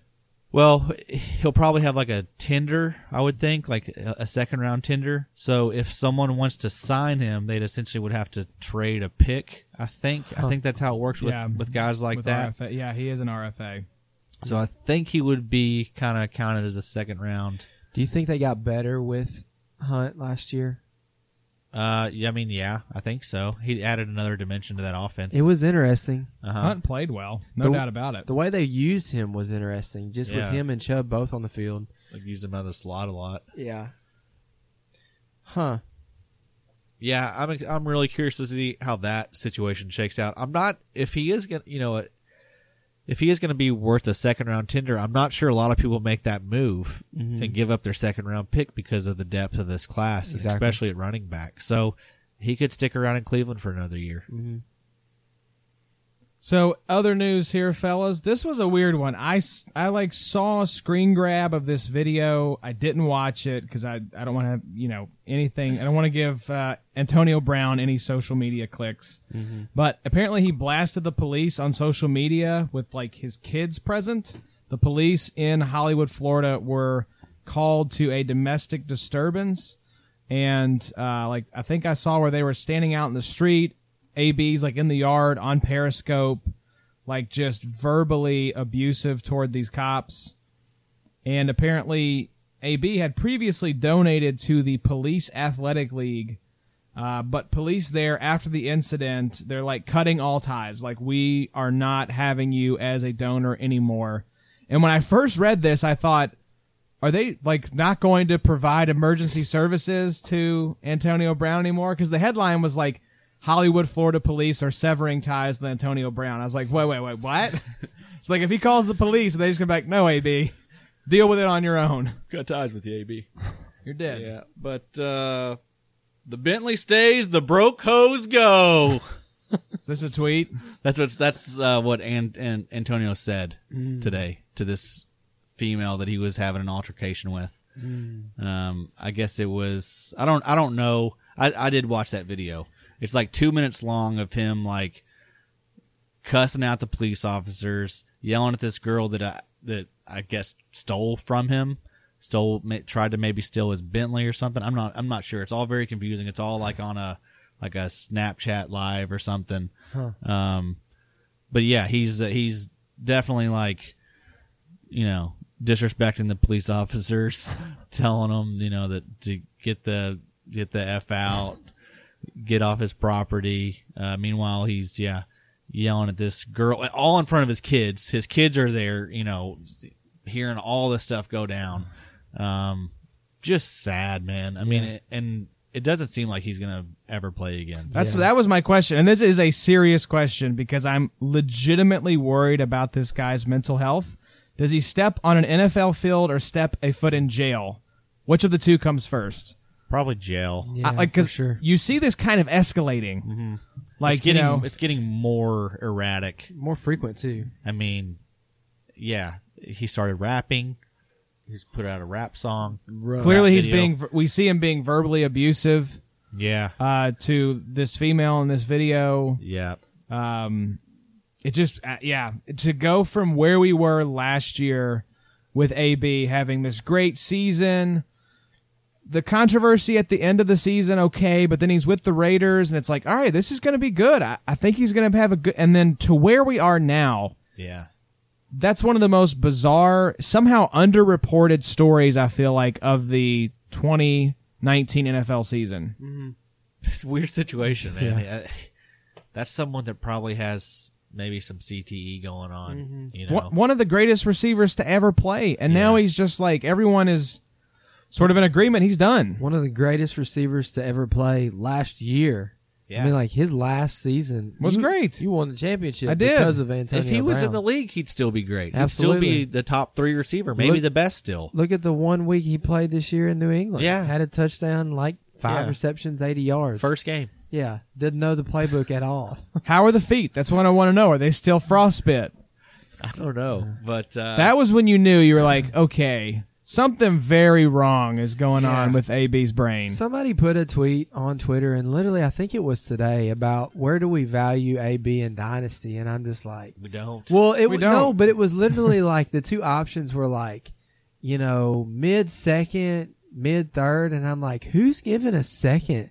Well, he'll probably have like a tender, I would think, like a a second round tender. So if someone wants to sign him, they'd essentially would have to trade a pick. I think. I think that's how it works with Yeah. with guys like with that. RFA. yeah he is an rfa So I think he would be kind of counted as a second round. Do you think they got better with Hunt last year? Uh, yeah, I mean, yeah, I think so. He added another dimension to that offense. It was interesting. Uh-huh. Hunt played well, no The- doubt about it. The way they used him was interesting, just Yeah. with him and Chubb both on the field. Like used him out of the slot a lot. Yeah. Huh. Yeah, I'm I'm really curious to see how that situation shakes out. I'm not if he is gonna, you know, if he is gonna be worth a second round tender. I'm not sure a lot of people make that move and give up their second round pick because of the depth of this class, Exactly. especially at running back. So he could stick around in Cleveland for another year. Mm-hmm. So, other news here, fellas. This was a weird one. I, s- I like saw a screen grab of this video. I didn't watch it because I, I don't want to, you know, anything. I don't want to give uh, Antonio Brown any social media clicks. But apparently, he blasted the police on social media with like his kids present. The police in Hollywood, Florida were called to a domestic disturbance and uh, like I think I saw where they were standing out in the street, AB's like in the yard on Periscope, like just verbally abusive toward these cops, and apparently AB had previously donated to the Police Athletic League. Uh, but police there after the incident, they're like cutting all ties. Like we are not having you as a donor anymore. And when I first read this, I thought, are they like not going to provide emergency services to Antonio Brown anymore? Because the headline was like Hollywood, Florida police are severing ties with Antonio Brown. I was like, wait, wait, wait, what? it's like if he calls the police, they just come back, no, AB, deal with it on your own. Got ties with the AB. You're dead. Yeah, but uh, the Bentley stays, the broke hoes go. Is this a tweet? That's what that's uh, what An- An- Antonio said today to this female that he was having an altercation with. Um, I guess it was I don't I don't know. I I did watch that video. It's like two minutes long of him like cussing out the police officers, yelling at this girl that I that I guess stole from him, stole ma- tried to maybe steal his Bentley or something. I'm not I'm not sure. It's all very confusing. It's all like on a like a Snapchat live or something. Um, but yeah, he's uh, he's definitely like, you know, disrespecting the police officers, telling them you know that to get the get the f out, get off his property. Uh, meanwhile, he's yeah yelling at this girl all in front of his kids. His kids are there, you know, hearing all this stuff go down. Um, just sad, man. I mean, it, and it doesn't seem like he's gonna ever play again. That's that was my question, and this is a serious question because I'm legitimately worried about this guy's mental health. Does he step on an NFL field or step a foot in jail? Which of the two comes first? Probably jail. Yeah, I- like for because sure. you see this kind of escalating, like Mm-hmm. it's getting you know, it's getting more erratic. More frequent too. I mean, yeah, he started rapping. He's put out a rap song. clearly he's video. being we see him being verbally abusive Yeah, uh, to this female in this video. yeah, um, it just uh, yeah to go from where we were last year with AB having this great season. The controversy at the end of the season, okay, but then he's with the Raiders, and it's like, all right, this is going to be good. I, I think he's going to have a good. And then to where we are now, yeah. that's one of the most bizarre, somehow underreported stories I feel like of the 2019 NFL season. It's a weird situation, man. I- That's someone that probably has maybe some CTE going on. You know, One, one of the greatest receivers to ever play, and now Yeah. he's just like everyone is sort of in agreement. He's done. One of the greatest receivers to ever play last year. yeah. I mean, like his last season Was you- great. You won the championship. I did. because of Antonio. if he was Brown. in the league, he'd still be great. He'd Absolutely. still be the top three receiver, maybe Look- the best still. look at the one week he played this year in New England. Yeah. had a touchdown, like five Yeah. receptions, eighty yards. First game. yeah, didn't know the playbook at all. How are the feet? That's what I want to know. Are they still frostbit? I don't know, but uh, That was when you knew you were like, okay, something very wrong is going on Yeah. with AB's brain. Somebody put a tweet on Twitter, and literally, I think it was today about where do we value AB and Dynasty, and I'm just like, we don't. well, it We was no, don't. but it was literally like the two options were like, you know, mid second, mid third, and I'm like, who's giving a second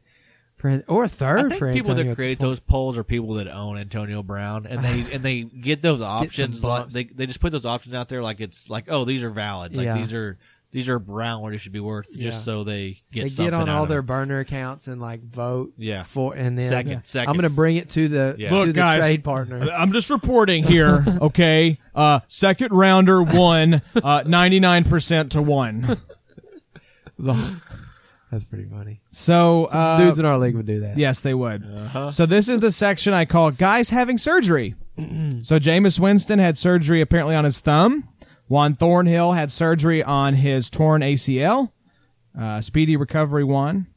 for or a third I think for people Antonio that at this create point? those polls are people that own Antonio Brown, and they and they get those options. like, bumps. they they just put those options out there like it's like oh these are valid. Like Yeah. these are these are brown where they should be worth Yeah. just so they get they something get on out all of their it. burner accounts and like vote Yeah. for and then Second, second. I'm gonna bring it to the Yeah. to Look, the guys, trade partner. I'm just reporting here, okay? Uh, second rounder won uh, 99% to one. That's pretty funny. So, uh, Dudes in our league would do that. yes, they would. So, this is the section I call Guys Having Surgery. so, Jameis Winston had surgery apparently on his thumb. Juan Thornhill had surgery on his torn ACL. Uh, speedy recovery one.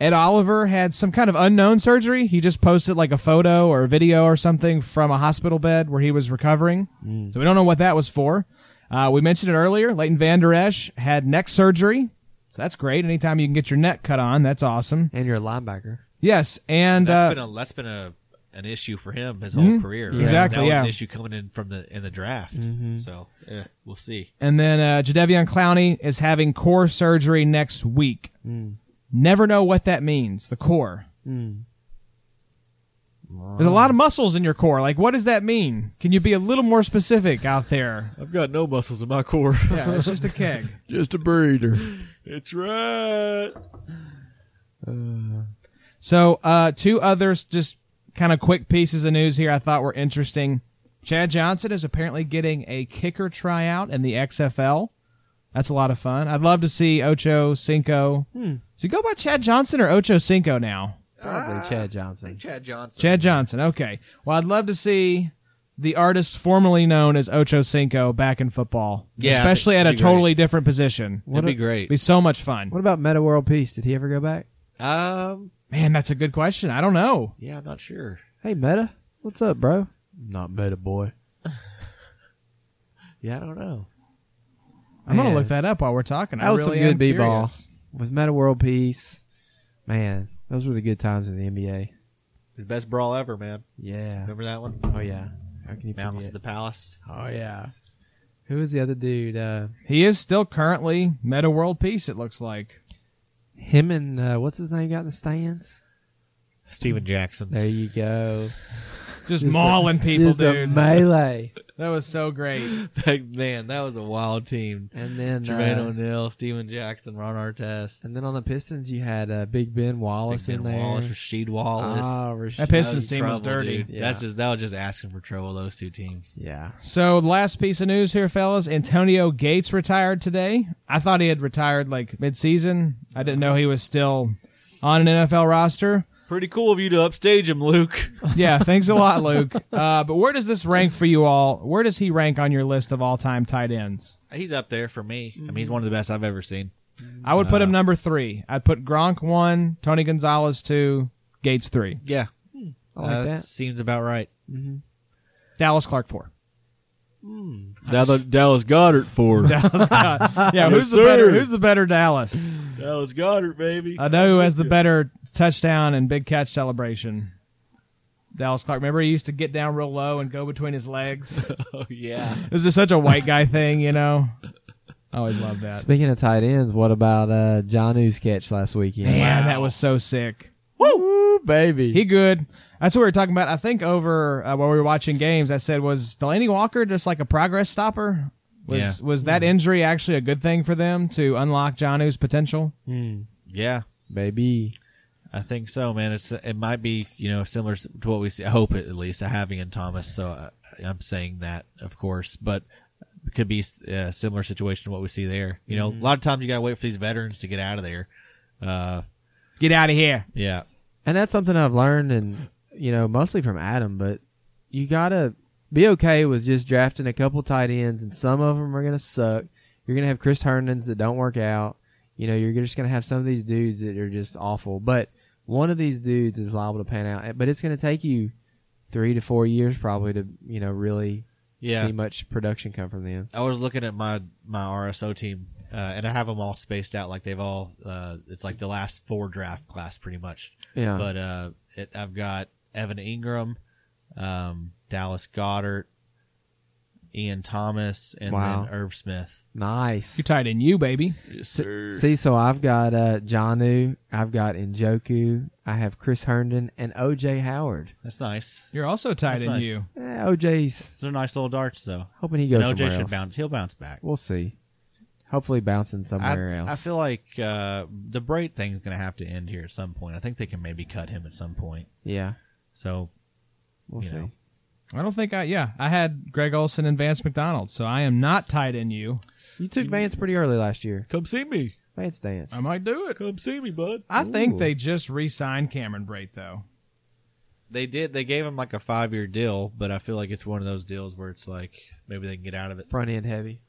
Ed Oliver had some kind of unknown surgery. He just posted like a photo or a video or something from a hospital bed where he was recovering. So we don't know what that was for. Uh, we mentioned it earlier. Leighton Van Der Esch had neck surgery. So that's great. Anytime you can get your neck cut on, that's awesome. And you're a linebacker. Yes. And That's uh, been a that's been a an issue for him his Mm-hmm. whole career. right? Exactly, That was yeah. an issue coming in from the in the draft. Mm-hmm. So eh, we'll see. And then uh, Jadeveon Clowney is having core surgery next week. Mm, Never know what that means. The core. There's a lot of muscles in your core. Like, what does that mean? Can you be a little more specific out there? I've got no muscles in my core. Yeah, it's just a keg. Just a breeder. it's right. So, uh, two others, just kind of quick pieces of news here I thought were interesting. Chad Johnson is apparently getting a kicker tryout in the XFL. That's a lot of fun. I'd love to see Ocho Cinco. Does he go by Chad Johnson or Ocho Cinco now? Probably Ah. Chad Johnson. Chad Johnson. Chad Johnson. Okay. Well, I'd love to see the artist formerly known as Ocho Cinco back in football, Yeah, especially at a that'd be great. totally different position. That'd be great. be so much fun. What about Meta World Peace? Did he ever go back? Um. Man, that's a good question. I don't know. Yeah, I'm not sure. Hey Meta, what's up, bro? Not Meta boy. Yeah, I don't know. I'm gonna Man. look that up while we're talking. That I was some really good am b ball curious. with Meta World Peace. Man, those were the good times in the NBA. The best brawl ever, man. Yeah. Remember that one? Oh yeah. How can you Mountains forget? of the Palace. Oh yeah. Who was the other dude? Uh, He is still currently Meta World Peace. It looks like. him and uh, what's his name got in the stands? Steven Jackson. There you go. Just, Just a- mauling people, Just a dude. melee. that was so great. man, that was a wild team. And then Jermaine uh, O'Neal, Steven Jackson, Ron Artest, and then on the Pistons you had uh, Big Ben Wallace Big in Ben there. Wallace, Rasheed Wallace. Ah, That Rasheed. Pistons That was team was trouble, dirty. dude. Yeah. That's just that was just asking for trouble. Those two teams. Yeah. So, last piece of news here, fellas. Antonio Gates retired today. I thought he had retired like midseason. I didn't know he was still on an NFL roster. Pretty cool of you to upstage him, Luke. Yeah, thanks a lot, Luke. Uh, but where does this rank for you all? Where does he rank on your list of all time tight ends? he's up there for me. I Mm-hmm. mean, he's one of the best I've ever seen. I would put him number three. I'd put Gronk one, Tony Gonzalez two, Gates three, Yeah, I like that, that. seems about right. Dallas Clark four. Dallas, Dallas Goddard for Dallas Clark. Yeah, who's the sir. better? Who's the better Dallas? Dallas Goddard, baby. I know who has the better touchdown and big catch celebration. Dallas Clark. Remember, he used to get down real low and go between his legs. oh yeah, this is such a white guy thing, you know. I always love that. Speaking of tight ends, what about uh, Johnu's catch last weekend? Man, that was so sick. Woo, baby. He good. That's what we were talking about. I think over uh, while we were watching games, I said was Delaney Walker just like a progress stopper. Was was that Mm-hmm. injury actually a good thing for them to unlock Johnu's potential? yeah. Hmm, baby. I think so, man. It's it might be you know similar to what we see. I hope it, at least I have Ian Thomas, so I, I'm saying that, of course, but it could be a similar situation to what we see there. You know, a lot of times you got to wait for these veterans to get out of there. Uh, Get out of here. yeah, And that's something I've learned, and you know, mostly from Adam. But you gotta be okay with just drafting a couple tight ends, and some of them are gonna suck. You're gonna have Chris Herndon's that don't work out. You know, you're just gonna have some of these dudes that are just awful. But one of these dudes is liable to pan out. But it's gonna take you three to four years probably to you know really Yeah. see much production come from them. I was looking at my my RSO team, uh, and I have them all spaced out like they've all. Uh, it's like the last four draft class, pretty much. Yeah. But uh, it, I've got Evan Ingram, um, Dallas Goddard, Ian Thomas, and Wow. then Irv Smith. Nice. You tied in you, baby. See, so I've got uh, Janu, I've got Njoku, I have Chris Herndon, and OJ Howard. That's nice. You're also tied That's in nice. you. Eh, OJ's Those are nice little darts, though. hoping he And goes OJ somewhere should else. bounce. He'll bounce back. We'll see. Hopefully bouncing I, somewhere else. I feel like uh, the Braid thing's going to have to end here at some point. I think they can maybe cut him at some point. yeah, So we'll You see. know. I don't think I. Yeah, I had Greg Olson and Vance McDonald, so I am not tied in you. You took Vance pretty early last year. come see me. Vance Dance. I might do it. Come see me, bud. I think Ooh. they just re-signed Cameron Brait though. They did. They gave him like a five year deal, but I feel like it's one of those deals where it's like maybe they can get out of it. Front end heavy.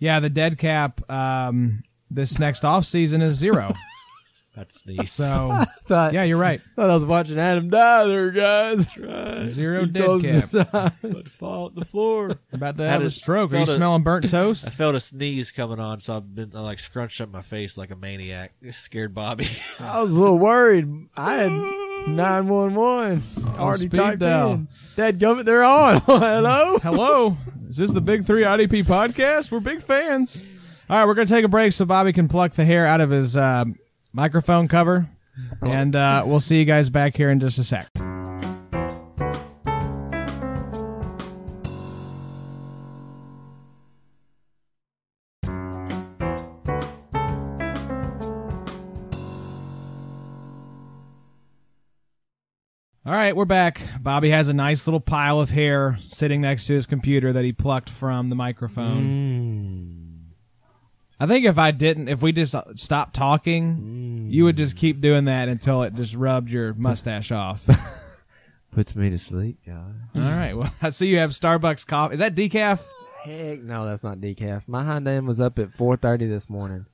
Yeah, the dead cap um, this next off season is zero. That's the so Thought, yeah, you're right. thought I was watching Adam die there, guys. Zero He dead goes cap. inside. but fall the floor. About to Had have a a- stroke. Are you felt a- smelling burnt I toast? felt a sneeze coming on, so I've been I, like scrunched up my face like a maniac. It scared Bobby. I was a little worried. I had nine one one already speed typed dial. in. Dad gummit, they're on. Hello. Hello, is this the Big Three IDP podcast? We're big fans. All right, we're gonna take a break so Bobby can pluck the hair out of his uh, microphone cover, and uh, we'll see you guys back here in just a sec. All right, we're back. Bobby has a nice little pile of hair sitting next to his computer that he plucked from the microphone. Mm. I think if I didn't, if we just uh, stopped talking, you would just keep doing that until it just rubbed your mustache off. All Puts me to sleep, guys. right. Well, I see you have Starbucks coffee. Is that decaf? Heck no, that's not decaf. My Honda M was up at four thirty this morning.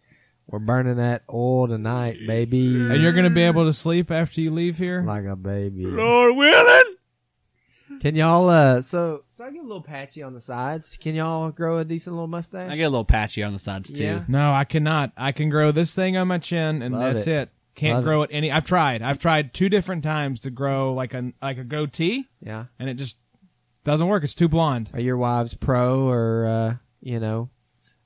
We're burning that oil tonight, baby. And you're going to be able to sleep after you leave here? like a baby. Lord willing. Can y'all uh so so I get a little patchy on the sides. Can y'all grow a decent little mustache? I get a little patchy on the sides too. Yeah. No, I cannot. I can grow this thing on my chin, and Love that's it. it. Can't Love grow it any. I've tried. I've tried two different times to grow like a like a goatee, yeah. and it just doesn't work. It's too blonde. Are your wives pro or uh, you know,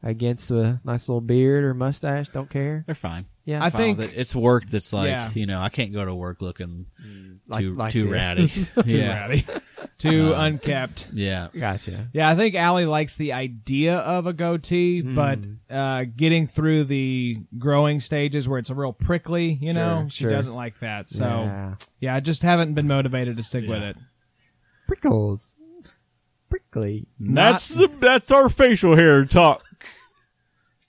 against a nice little beard or mustache? Don't care. They're fine. Yeah. I Fine think- with it. it's work that's like Yeah. you know I can't go to work looking Mm, Like- too like too this. ratty. Too yeah. rowdy. Too unkept. Yeah. Gotcha. Yeah, I think Allie likes the idea of a goatee, but uh, getting through the growing stages where it's a real prickly, you know, Sure, she sure. doesn't like that. So, yeah. Yeah. I just haven't been motivated to stick with Yeah. it. Prickles. Prickly. That's the that's our facial hair talk.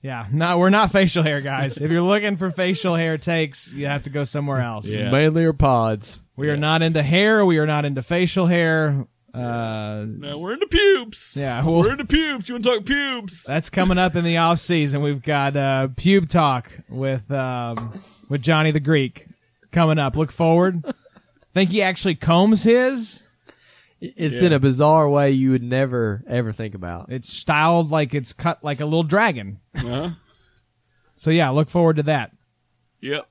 Yeah, no, we're not facial hair guys. if you're looking for facial hair takes, you have to go somewhere else. Yeah. Mainly are pods. We are not into hair. We are not into facial hair. Uh, No, we're into pubes. yeah, well, into pubes. You want to talk pubes? That's coming up in the off season. We've got uh, pube talk with um, with Johnny the Greek coming up. Look forward. Think he actually combs his. It's in a bizarre way you would never ever think about. It's styled like it's cut like a little dragon. So yeah, look forward to that. Yep.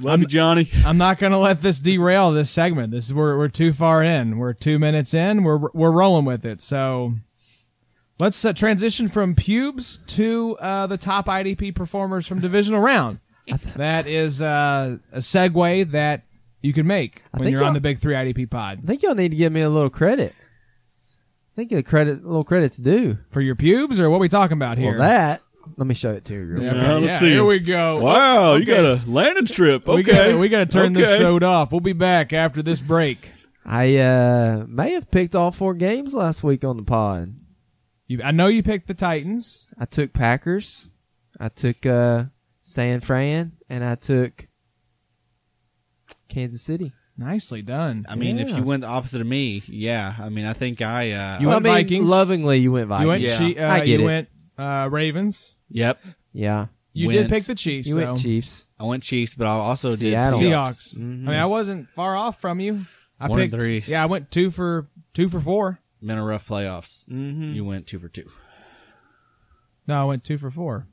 Love you, Johnny. I'm not going to let this derail this segment. This is we're we're too far in. We're two minutes in. We're we're rolling with it. So let's uh, transition from pubes to uh, the top IDP performers from divisional round. That is uh, a segue that you can make when think you're on y'all- the big three IDP pod I think y'all need to give me a little credit. I think a credit, a little credit's due. for your pubes or what we talking about here? Well, that let me show it to you. real quick. Yeah, Uh, let's yeah, see. Here we go. Oh, Wow, you Okay. got a landing strip. Okay, We gotta, we gotta turn this Okay. soda off. We'll be back after this break. I uh, may have picked all four games last week on the pod. You, I know you picked the Titans. I took Packers, I took uh, San Fran, and I took Kansas City. Nicely done. I mean, if Yeah. you went the opposite of me, yeah. I mean, I think I. uh You Well, went I mean, Vikings? Lovingly, you went You Vikings. went. Yeah. Chi- uh, I get you it. went uh, Ravens. Yep, yeah, You did Went- pick the Chiefs. you went though. Chiefs. I went Chiefs, but I also Seattle. did Seahawks. Mm-hmm. I mean, I wasn't far off from you. I One and picked three. Yeah, I went two for two for four. Been a rough playoffs. Mm-hmm. You went two for two. No, I went two for four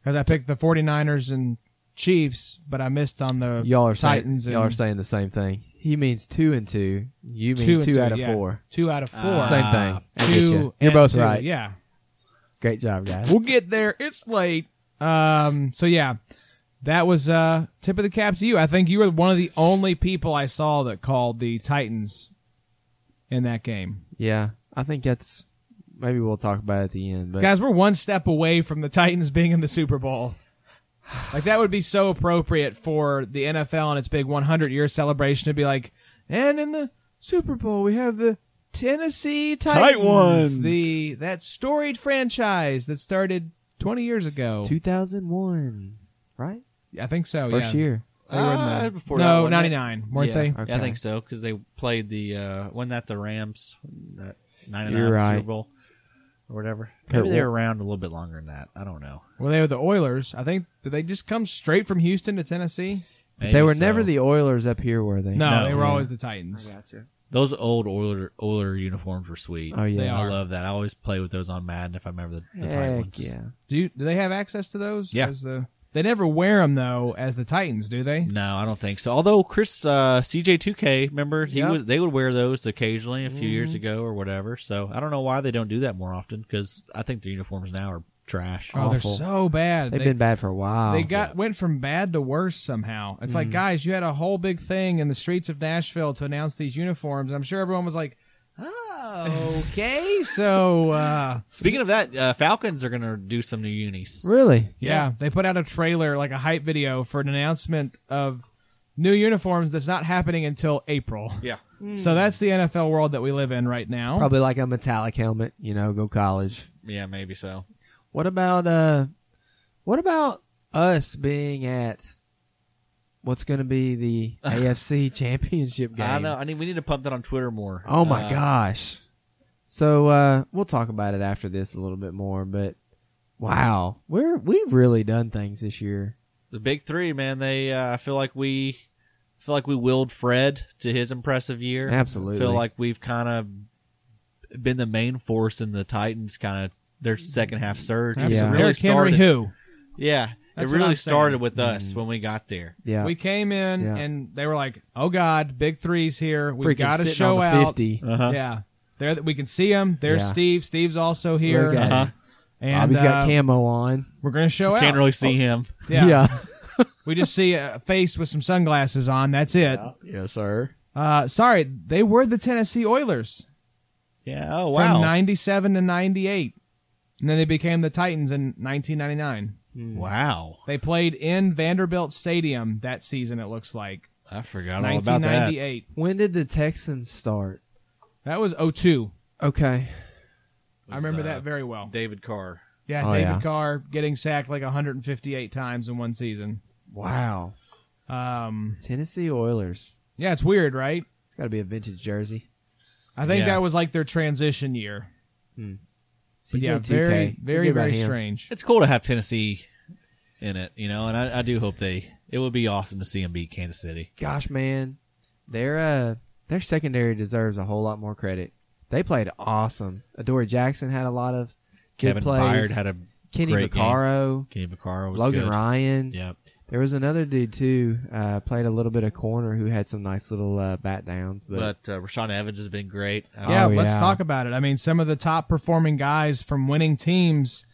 because I picked the 49ers and Chiefs, but I missed on the Y'all are Titans. saying and y'all are saying the same thing. He means two and two. You mean two, two, and two out of yeah. four. Two out of four. Ah. Ah, Same thing. I get Two. you. You're and both two, right. Yeah, Great job, guys. we'll get there. It's late. Um. So yeah. That was uh, tip of the cap to you. I think you were one of the only people I saw that called the Titans in that game. Yeah, I think that's maybe we'll talk about it at the end. But Guys, we're one step away from the Titans being in the Super Bowl. Like that would be so appropriate for the NFL and its big 100 year celebration to be like, and in the Super Bowl we have the Tennessee Titans, Titans. the that storied franchise that started 20 years ago. 2001, right? I think so. First Oh, yeah. year. They were in Ah, the- before that, no, wasn't it? 99, weren't Yeah. they? Okay. Yeah, I think so because they played the uh, wasn't that the Rams that nine and You're nine right. Super Bowl or whatever. Kurt Maybe they Wa- were around a little bit longer than that. I don't know. Well, they were the Oilers. I think did they just come straight from Houston to Tennessee? Maybe they were so. never the Oilers up here, were they? No, No. they were Yeah. always the Titans. gotcha. Those old Oiler, Oiler uniforms were sweet. Oh yeah. They I are. love that. I always play with those on Madden if I remember the, the tight Heck ones. yeah. Do you, do they have access to those? Yeah. As the, they never wear them though, as the Titans, do they? No, I don't think so. Although Chris uh, CJ2K, remember he Yep. would they would wear those occasionally a few years Mm-hmm. ago or whatever. So I don't know why they don't do that more often because I think their uniforms now are trash. Oh, they're so bad. They've they, been bad for a while. they got went from bad to worse somehow. It's like, guys, you had a whole big thing in the streets of Nashville to announce these uniforms. I'm sure everyone was like, "Oh, okay." so, uh, Speaking of that, uh, Falcons are going to do some new unis. really. yeah, they put out a trailer, like a hype video, for an announcement of new uniforms that's not happening until April. Yeah. Hmm. So that's the NFL world that we live in right now. Probably like a metallic helmet. You know, go college. Yeah, maybe so. What about uh, what about us being at what's going to be the AFC Championship game? I know. I mean, we need to pump that on Twitter more. Oh my Uh, gosh. So uh, we'll talk about it after this a little bit more, but wow, we're we've really done things this year. The big three, man. They. Uh, I feel like we. I feel like we willed Fred to his impressive year. Absolutely. Feel like we've kind of been the main force in the Titans, kind of their second half surge. Absolutely. It Yeah. really Eric Henry, started. who? Yeah, That's it what I'm really saying. started with us when we got there. yeah, We came in Yeah. and they were like, "Oh God, big threes here. We Freaking got to sitting show on the out." 50. Uh-huh. Yeah, there we can see him. There's Yeah. Steve. Steve's also Look here, at Uh-huh. him. and Bobby's got uh, camo on. we're gonna show out. Can't really Oh, see him. yeah. we just see a face with some sunglasses on. That's it. yes, sir. Uh, sorry, they were the Tennessee Oilers Yeah. Oh wow. from '97 to '98, and then they became the Titans in 1999. Hmm. wow. They played in Vanderbilt Stadium that season. It looks like I forgot all about that. 1998. When did the Texans start? That was 02. Okay, I Was, remember uh, that very well. David Carr. Yeah, Oh, David yeah. Carr getting sacked like 158 times in one season. wow. Um, Tennessee Oilers. yeah, it's weird, right? Got to be a vintage jersey. I think Yeah. that was like their transition year. But yeah, CJ2K. very, very, Forget about very him. strange. It's cool to have Tennessee in it, you know, and I, I do hope they. It would be awesome to see them beat Kansas City. Gosh, man, their uh, their secondary deserves a whole lot more credit. They played awesome. Adoree Jackson had a lot of good Kevin plays. Byard had a Kenny great Vaccaro, Kenny Vaccaro was Logan good. Ryan. Yep. There was another dude too. Uh, played a little bit of corner who had some nice little uh, bat downs. But, But uh, Rashawn Evans has been great. Uh, Yeah, Oh, let's yeah. talk about it. I mean, some of the top performing guys from winning teams.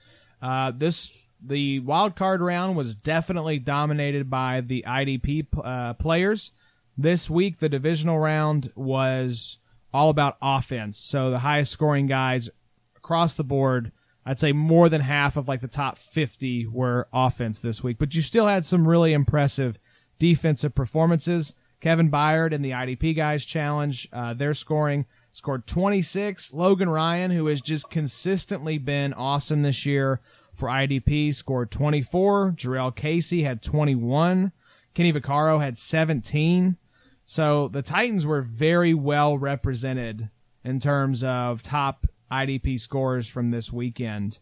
Uh, this the wild card round was definitely dominated by the IDP uh, players. This week, the divisional round was all about offense. So the highest scoring guys across the board, I'd say more than half of like the top 50 were offense this week. But you still had some really impressive defensive performances. Kevin Byard and the IDP guys challenge, uh, their scoring scored 26. Logan Ryan, who has just consistently been awesome this year for IDP, scored 24. Jarrell Casey had 21. Kenny Vaccaro had 17. So the Titans were very well represented in terms of top IDP scores from this weekend.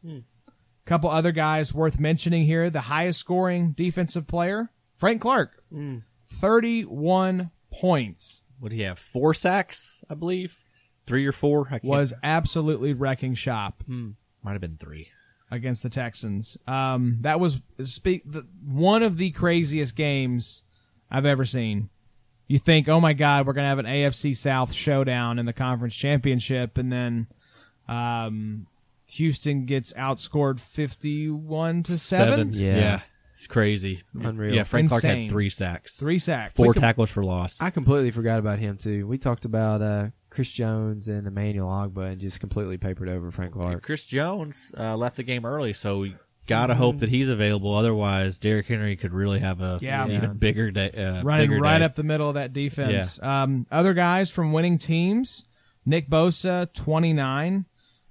Couple other guys worth mentioning here. The highest scoring defensive player, Frank Clark, 31 points, what do you have? Four sacks, I believe. Three or four. I can't, was absolutely wrecking shop might have been three. against the Texans. Um, that was speak the, one of the craziest games I've ever seen. You think, oh my God, we're gonna have an AFC South showdown in the conference championship, and then um, Houston gets outscored fifty-one to seven. Yeah. It's crazy. Unreal. Yeah, Frank Clark Insane. had three sacks, three sacks. four tackles for loss. I completely forgot about him too. We talked about uh, Chris Jones and Emmanuel Ogba and just completely papered over Frank Clark. Chris Jones uh, left the game early, so we gotta hope that he's available. Otherwise, Derrick Henry could really have a Yeah. even Yeah. bigger day. Uh, running bigger right day. up the middle of that defense. Um, other guys from winning teams: Nick Bosa, twenty nine.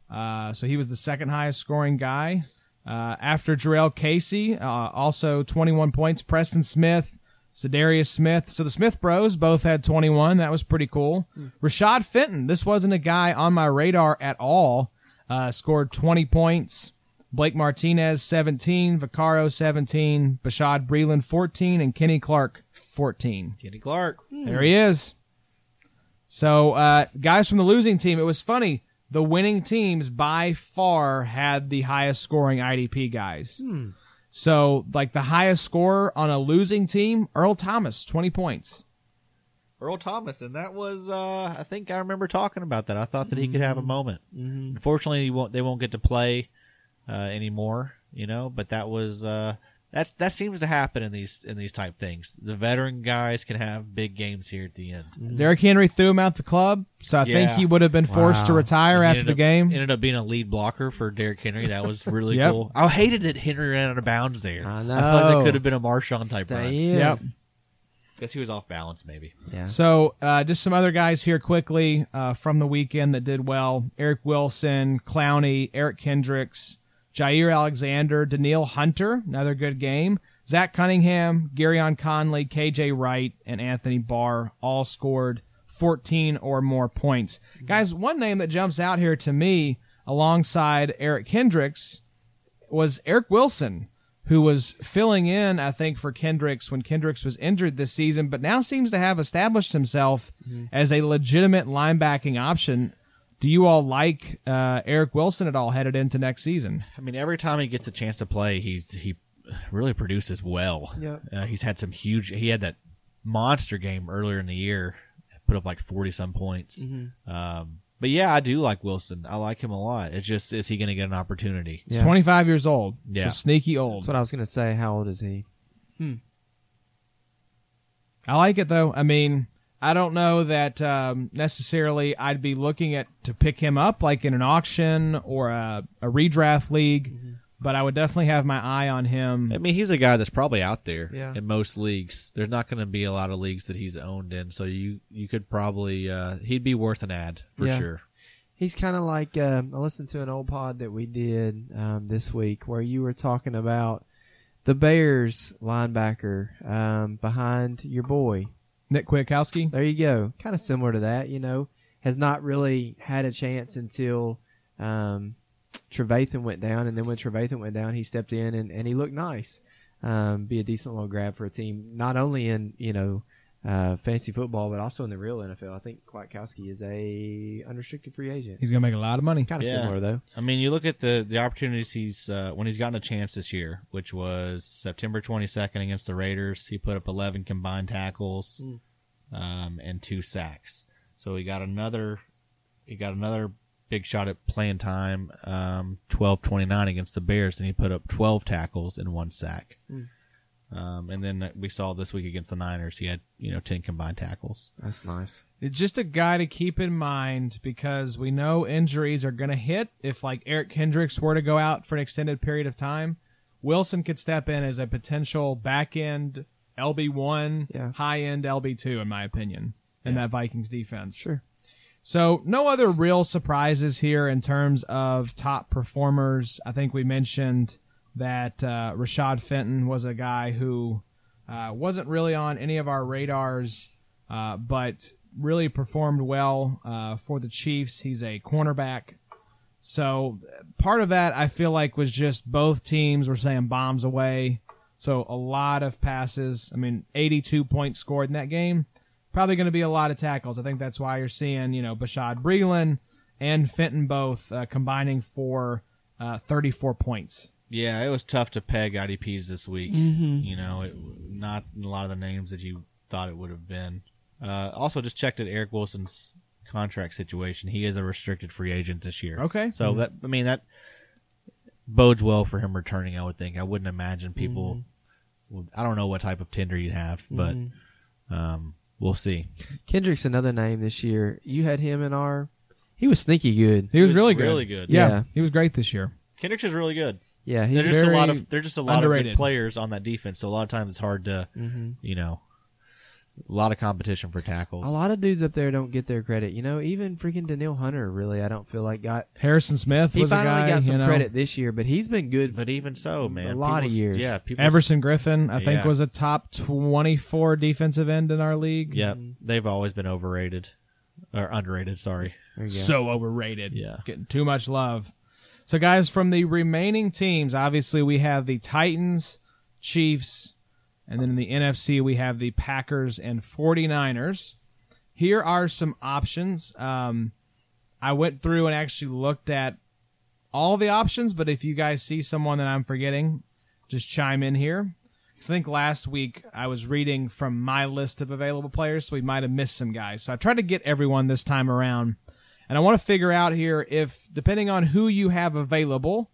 Uh, so he was the second highest scoring guy uh, after Jarrell Casey, uh, also twenty one points. Preston Smith, Sedarius Smith. So the Smith Bros both had twenty one. That was pretty cool. Rashad Fenton. This wasn't a guy on my radar at all. Uh, scored twenty points. Blake Martinez 17, Vaccaro 17, Bashad Breeland 14, and Kenny Clark 14. Kenny Clark. There he is. So, uh, guys from the losing team, it was funny. The winning teams by far had the highest scoring IDP guys. Hmm. So, like the highest scorer on a losing team, Earl Thomas, 20 points. Earl Thomas, and that was uh, I think I remember talking about that. I thought that he could have a moment. Mm-hmm. Unfortunately, he won't, they won't get to play uh, anymore, you know. But that was uh, that that seems to happen in these in these type things. The veteran guys can have big games here at the end. Derrick Henry threw him out the club, so I think Hmm. Yeah. he would have been forced to Wow. retire He after ended the up- game. ended up being a lead blocker for Derrick Henry. That was really Yep. cool. I hated that Henry ran out of bounds there. I thought that know. could have been a Marshawn type Stay run in. Yep. because he was off balance maybe. Yeah. So, uh, just some other guys here quickly uh, from the weekend that did well: Eric Wilson, Clowney, Eric Kendricks, Jair Alexander, Daniil Hunter, another good game. Zach Cunningham, Garyon Conley, KJ Wright, and Anthony Barr all scored 14 or more points. Guys, one name that jumps out here to me alongside Eric Kendricks was Eric Wilson, who was filling in, I think, for Kendricks when Kendricks was injured this season, but now seems to have established himself Mm-hmm. as a legitimate linebacking option. Do you all like uh, Eric Wilson at all headed into next season? I mean, every time he gets a chance to play, he's he really produces well. Yep. Uh, he's had some huge. He had that monster game earlier in the year, put up like forty some points. Mm-hmm. Um, but yeah, I do like Wilson. I like him a lot. It's just is he going to get an opportunity? He's Yeah. 25 years old. Yeah. So sneaky old. That's what I was gonna say. How old is he? I like it though. I mean, I don't know that um, necessarily I'd be looking at to pick him up like in an auction or a, a redraft league, Mm-hmm. but I would definitely have my eye on him. I mean, he's a guy that's probably out there Yeah. in most leagues. There's not going to be a lot of leagues that he's owned in, so you you could probably uh, he'd be worth an ad for Yeah. sure. He's kind of like um, I listened to an old pod that we did um, this week where you were talking about the Bears linebacker um, behind your boy. Nick Kwiatkowski. There you go. Kind of similar to that, you know. Has not really had a chance until um, Trevathan went down, and then when Trevathan went down, he stepped in and, and he looked nice. Um, be a decent little grab for a team, not only in you know uh, fantasy football, but also in the real NFL. I think Kwiatkowski is a unrestricted free agent. He's going to make a lot of money. Kind of Yeah. similar though. I mean, you look at the the opportunities he's uh, when he's gotten a chance this year, which was September 22nd against the Raiders. He put up 11 combined tackles um, and two sacks. So he got another he got another big shot at playing time. Um, 12-29 against the Bears, and he put up 12 tackles and one sack. Um, and then we saw this week against the Niners, he had you know 10 combined tackles. That's nice. It's just a guy to keep in mind because we know injuries are going to hit. If like Eric Hendricks were to go out for an extended period of time, Wilson could step in as a potential back end LB1, Yeah. high end LB2, in my opinion, in that Vikings defense. Sure. So, no other real surprises here in terms of top performers. I think we mentioned that uh, Rashad Fenton was a guy who uh, wasn't really on any of our radars, uh, but really performed well uh, for the Chiefs. He's a cornerback. So, part of that I feel like was just both teams were saying bombs away. So, a lot of passes. I mean, 82 points scored in that game probably going to be a lot of tackles. I think that's why you're seeing, you know, Bashad Breeland and Fenton both uh, combining for uh, 34 points. Yeah, it was tough to peg IDPs this week. Mm-hmm. You know, it, not a lot of the names that you thought it would have been. Uh, also, just checked at Eric Wilson's contract situation. He is a restricted free agent this year. Okay. Mm-hmm. So that I mean that bodes well for him returning. I would think. I Mm-hmm. wouldn't imagine people. would I don't know what type of tender you'd have, but um, We'll see. Kendrick's another name this year. You had him in our. He was sneaky good. He was, really good. really good. Yeah, Yeah. he was great this year. Kendricks is really good. Yeah, he's There's just a very- lot of there's just a lot of underrated. good players on that defense. So a lot of times it's hard to Mhm. you know a lot of competition for tackles. A lot of dudes up there don't get their credit. You know, even freaking Daniil Hunter, really, I don't feel like got. Harrison Smith He was a finally guy. got some you know. credit this year, but he's been good. But even so, man, lot of people's- years. Yeah, people. Everson Griffin, I think, Yeah. was a top twenty-four defensive end in our league. Yeah, Mm-hmm. they've always been overrated or underrated. Sorry. There you go. so overrated. Yeah. Getting too much love. So, guys, from the remaining teams, obviously we have the Titans, Chiefs, and then in the NFC, we have the Packers and 49ers. Here are some options. Um, I went through and actually looked at all the options, but if you guys see someone that I'm forgetting, just chime in here. 'Cause I think last week I was reading from my list of available players, so we might have missed some guys. So I tried to get everyone this time around. And I want to figure out here if, depending on who you have available,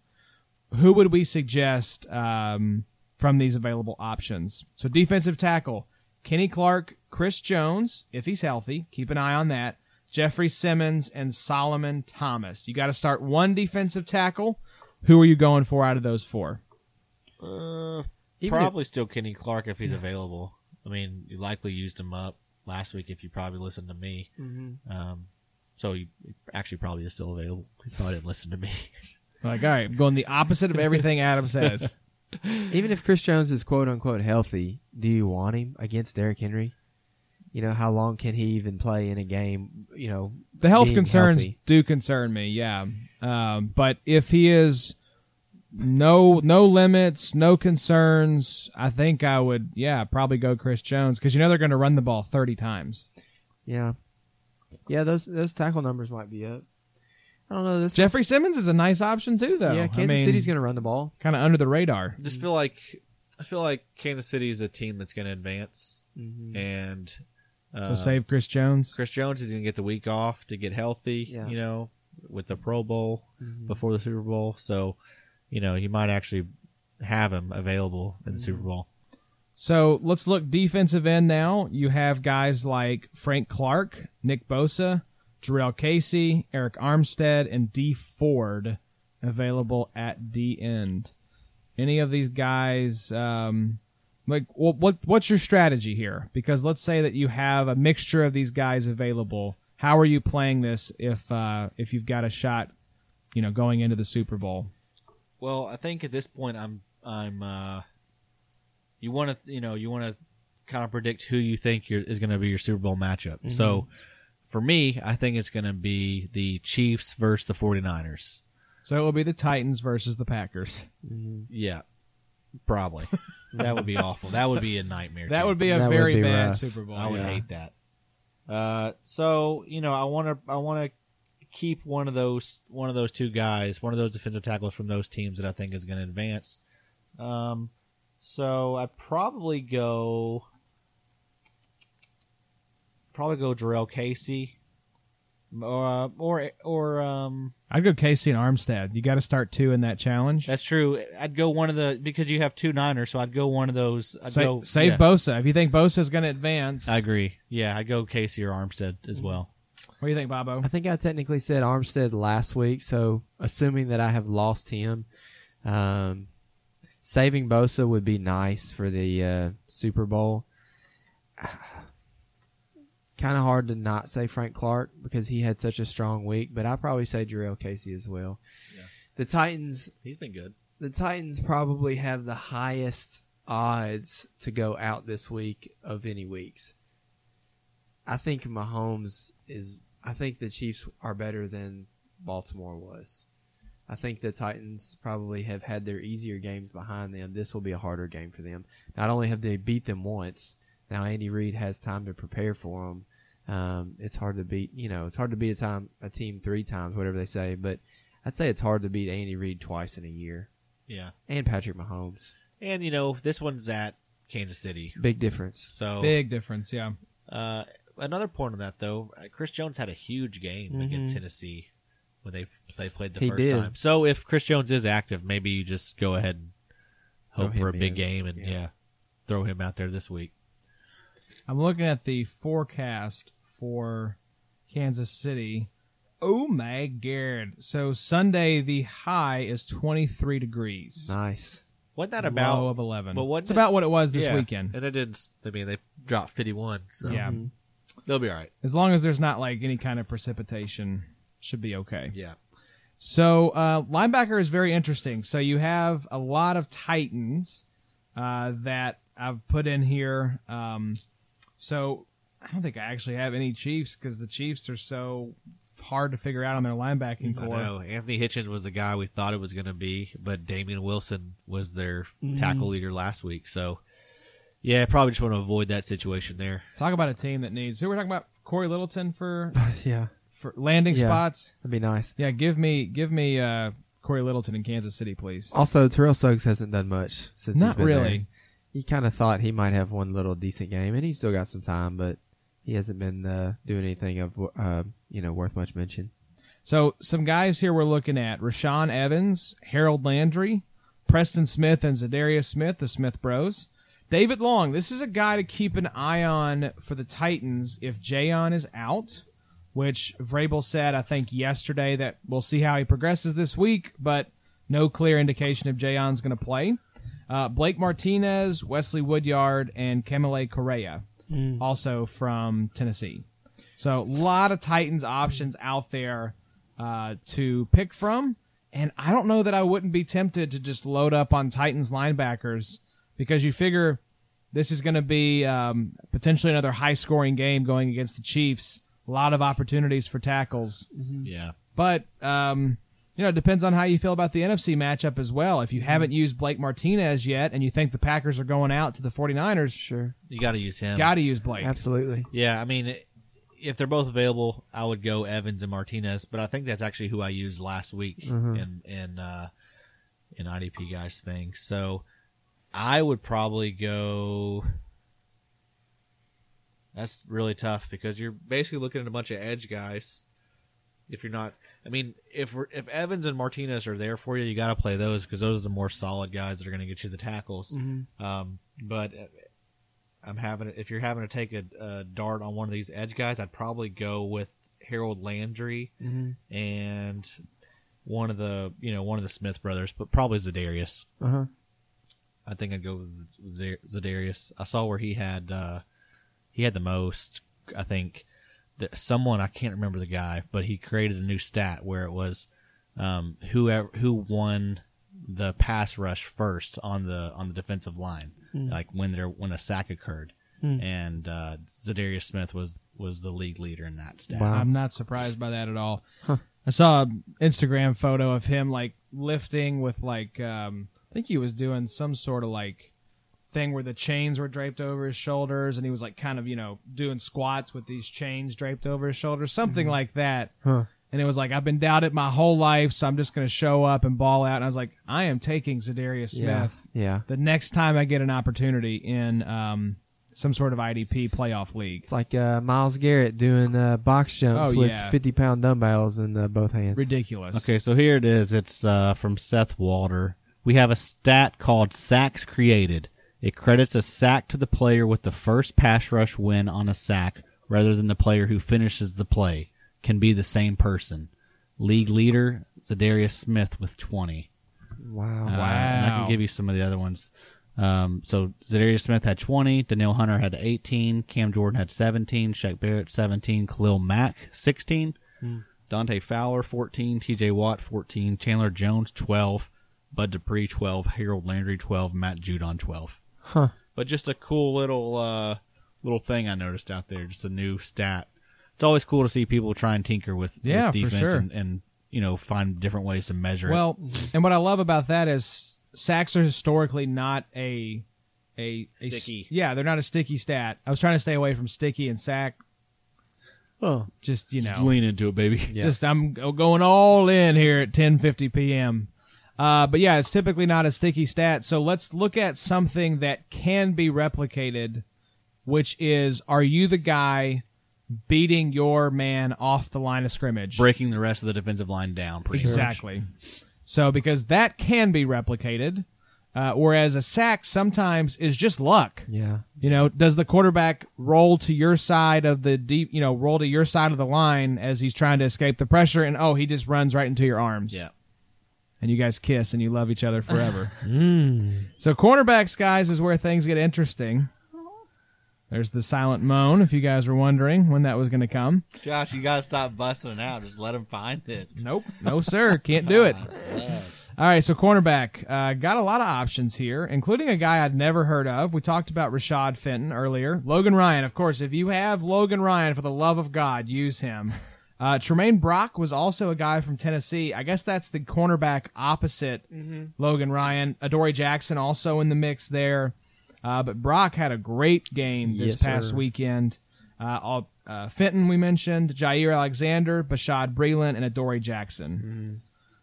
who would we suggest um, from these available options? So, defensive tackle, Kenny Clark, Chris Jones, if he's healthy, keep an eye on that. Jeffrey Simmons and Solomon Thomas. You got to start one defensive tackle. Who are you going for out of those four? Uh, Even if- probably still Kenny Clark if he's available. I mean, you likely used him up last week if you probably listened to me. Mm-hmm. Um, so he actually probably is still available. He probably didn't listen to me. Like, all right, I'm going the opposite of everything Adam says. Even if Chris Jones is quote unquote healthy, do you want him against Derrick Henry? You know, how long can he even play in a game? You know, The health being concerns healthy? do concern me, yeah. Um, but if he is no no limits, no concerns, I think I would yeah probably go Chris Jones because you know they're going to run the ball thirty times. Yeah, yeah. Those those tackle numbers might be up. I don't know. This Jeffrey Simmons is a nice option too, though. yeah, Kansas City's going to run the ball. kind of under the radar. Just feel like I feel like Kansas City is a team that's going to advance, Mm-hmm. and So uh, save Chris Jones. Chris Jones is going to get the week off to get healthy. Yeah. You know, with the Pro Bowl before the Super Bowl, so you know you might actually have him available in the Super Bowl. So let's look defensive end now. You have guys like Frank Clark, Nick Bosa, Jarrell Casey, Eric Armstead, and D Ford available at D end. Any of these guys, um, like what, what what's your strategy here? Because let's say that you have a mixture of these guys available. How are you playing this if uh, if you've got a shot, you know, going into the Super Bowl? Well, I think at this point I'm I'm uh you want to you know you want to kind of predict who you think you is going to be your Super Bowl matchup. So for me, I think it's going to be the Chiefs versus the 49ers. So it will be the Titans versus the Packers. Yeah. Probably. that would be awful. That would be a nightmare. That too. would be a That would very be bad rough. Super Bowl. I would yeah. hate that. Uh, so you know, I want to I want to keep one of those one of those two guys, one of those defensive tackles from those teams that I think is going to advance. Um, so I probably go probably go Jarrell Casey or uh, or or um I'd go Casey and Armstead. You got to start two in that challenge. that's true. I'd go one of the because you have two Niners, so I'd go one of those. I'd Sa- go, save yeah. Bosa. If you think Bosa's going to advance, I agree. Yeah, I go Casey or Armstead as well. what do you think, Bobo? I think I technically said Armstead last week, so assuming that I have lost him, um, saving Bosa would be nice for the uh, Super Bowl. kind of hard to not say Frank Clark because he had such a strong week, but I probably say Jarrell Casey as well. Yeah. The Titans, He's been good. the Titans probably have the highest odds to go out this week of any weeks. I think Mahomes is. I think the Chiefs are better than Baltimore was. I think the Titans probably have had their easier games behind them. This will be a harder game for them. Not only have they beat them once, now Andy Reid has time to prepare for them. Um, it's hard to beat, you know, it's hard to beat a time a team three times, whatever they say. But I'd say it's hard to beat Andy Reid twice in a year Yeah. and Patrick Mahomes. And you know, this one's at Kansas City. Big difference. So Big difference, yeah. uh, another point on that though, uh, Chris Jones had a huge game against Tennessee when they they played the Mm-hmm. He first did. time. So if Chris Jones is active, maybe you just go ahead and hope Throw for a him big in. game and yeah. Yeah. throw him out there this week. I'm looking at the forecast for Kansas City. Oh my god. So Sunday the high is 23 degrees. Nice. What that Low about? of 11. but what it's did- about what it was this Yeah, weekend. and it didn't. I mean, they dropped fifty-one, so yeah. Mm-hmm. they'll be all right. As long as there's not like any kind of precipitation, should be okay. Yeah, So uh, linebacker is very interesting. So you have a lot of Titans uh, that I've put in here. Um, so I don't think I actually have any Chiefs because the Chiefs are so hard to figure out on their linebacking I core. know. Anthony Hitchens was the guy we thought it was going to be, but Damian Wilson was their tackle leader last week. So, yeah, probably just want to avoid that situation there. Talk about a team that needs. Who we're talking about? Corey Littleton for yeah, for landing Yeah. spots. that'd be nice. Yeah, give me give me uh, Corey Littleton in Kansas City, please. Also, Terrell Suggs hasn't done much since he's Not been really. there. You kind of thought he might have one little decent game, and he's still got some time, but he hasn't been uh, doing anything of uh, you know worth much mention. So some guys here we're looking at: Rashawn Evans, Harold Landry, Preston Smith, and Zadarius Smith, the Smith Bros. David Long. This is a guy to keep an eye on for the Titans if Jayon is out, which Vrabel said I think yesterday that we'll see how he progresses this week, but no clear indication if Jayon's going to play. Uh, Blake Martinez, Wesley Woodyard, and Kamale Correa, also from Tennessee. So a lot of Titans options out there uh, to pick from, and I don't know that I wouldn't be tempted to just load up on Titans linebackers because you figure this is going to be um, potentially another high-scoring game going against the Chiefs. A lot of opportunities for tackles, Yeah, but um, you know it depends on how you feel about the NFC matchup as well. If you Mm-hmm. haven't used Blake Martinez yet, and you think the Packers are going out to the 49ers, Sure, you got to use him. got to use Blake. absolutely. Yeah, I mean, if they're both available, I would go Evans and Martinez, but I think that's actually who I used last week in in uh, in IDP guys thing. So I would probably go. That's really tough because you're basically looking at a bunch of edge guys. If you're not, I mean, if we're- if Evans and Martinez are there for you, you got to play those because those are the more solid guys that are going to get you the tackles. Mm-hmm. Um, but I'm having if you're having to take a, a dart on one of these edge guys, I'd probably go with Harold Landry Mhm. and one of the you know one of the Smith brothers, but probably Zadarius. Uh huh. I think I'd go with Zadar- Zadarius. I saw where he had uh, he had the most. I think that someone I can't remember the guy, but he created a new stat where it was um, whoever who won the pass rush first on the on the defensive line, like when there when a sack occurred, and uh, Zadarius Smith was was the league leader in that stat. Wow. I'm not surprised by that at all. I saw an Instagram photo of him like lifting with like um, I think he was doing some sort of like thing where the chains were draped over his shoulders and he was like kind of you know doing squats with these chains draped over his shoulders, something Mm-hmm. like that. Huh. And it was like I've been doubted my whole life, so I'm just going to show up and ball out. And I was like, I am taking Zadarius Smith Yeah. Yeah. the next time I get an opportunity in um, some sort of IDP playoff league. It's like uh, Miles Garrett doing uh, box jumps Oh, with yeah. 50 pound dumbbells in uh, both hands. Ridiculous. Okay, so here it is. It's uh, from Seth Walter. We have a stat called sacks created. It credits a sack to the player with the first pass rush win on a sack rather than the player who finishes the play. Can be the same person. League leader, Zadarius Smith with 20. Uh, Wow. and I Wow. can give you some of the other ones. Um, so Zadarius Smith had 20, Daniel Hunter had 18, Cam Jordan had 17, Shaq Barrett 17, Khalil Mack 16, Hmm. Dante Fowler 14, TJ Watt 14, Chandler Jones 12, Bud Dupree 12, Harold Landry 12, Matt Judon 12. Huh. But just a cool little uh, little thing I noticed out there, just a new stat. It's always cool to see people try and tinker with, Yeah, for with defense sure. and, and you know find different ways to measure it. Well, and what I love about that is sacks are historically not a a, a s- Sticky. yeah, they're not a sticky stat. I was trying to stay away from sticky and sack. Oh. Just you know, Just lean into it, baby. Yeah. just I'm go- going all in here at 10:50 p.m. Uh, but yeah, it's typically not a sticky stat. So let's look at something that can be replicated, which is: Are you the guy beating your man off the line of scrimmage? breaking the rest of the defensive line down. Pretty Exactly. So because that can be replicated, Uh, whereas a sack sometimes is just luck. Yeah. You know, does the quarterback roll to your side of the deep, you know, roll to your side of the line as he's trying to escape the pressure and oh, he just runs right into your arms. Yeah. And you guys kiss and you love each other forever. Mm. So cornerbacks guys is where things get interesting. There's the silent moan if you guys were wondering when that was going to come. Josh, you gotta stop busting it out. Just let him find it. Nope. No sir, can't do it. Yes. All right, so cornerback uh, got a lot of options here, including a guy I'd never heard of. We talked about Rashad Fenton earlier. Logan Ryan, of course. If you have Logan Ryan, for the love of God, use him. Uh, Tremaine Brock was also a guy from Tennessee. I guess that's the cornerback opposite Logan Ryan. Adoree Jackson also in the mix there. Uh, but Brock had a great game this Yes, past sir. weekend. Uh, all, uh, Fenton, we mentioned, Jair Alexander, Bashad Breeland, and Adoree Jackson. Mm-hmm.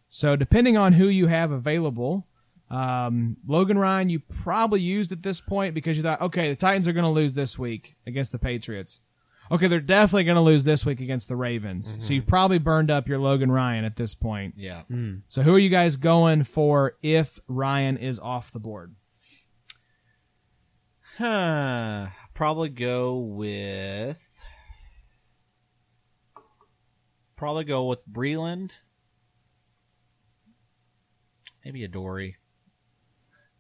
So depending on who you have available, um, Logan Ryan you probably used at this point because you thought, okay, the Titans are going to lose this week against the Patriots. Okay, they're definitely going to lose this week against the Ravens. So you probably burned up your Logan Ryan at this point. Yeah. So who are you guys going for if Ryan is off the board? Huh. Probably go with. Probably go with Breland. Maybe a Dory.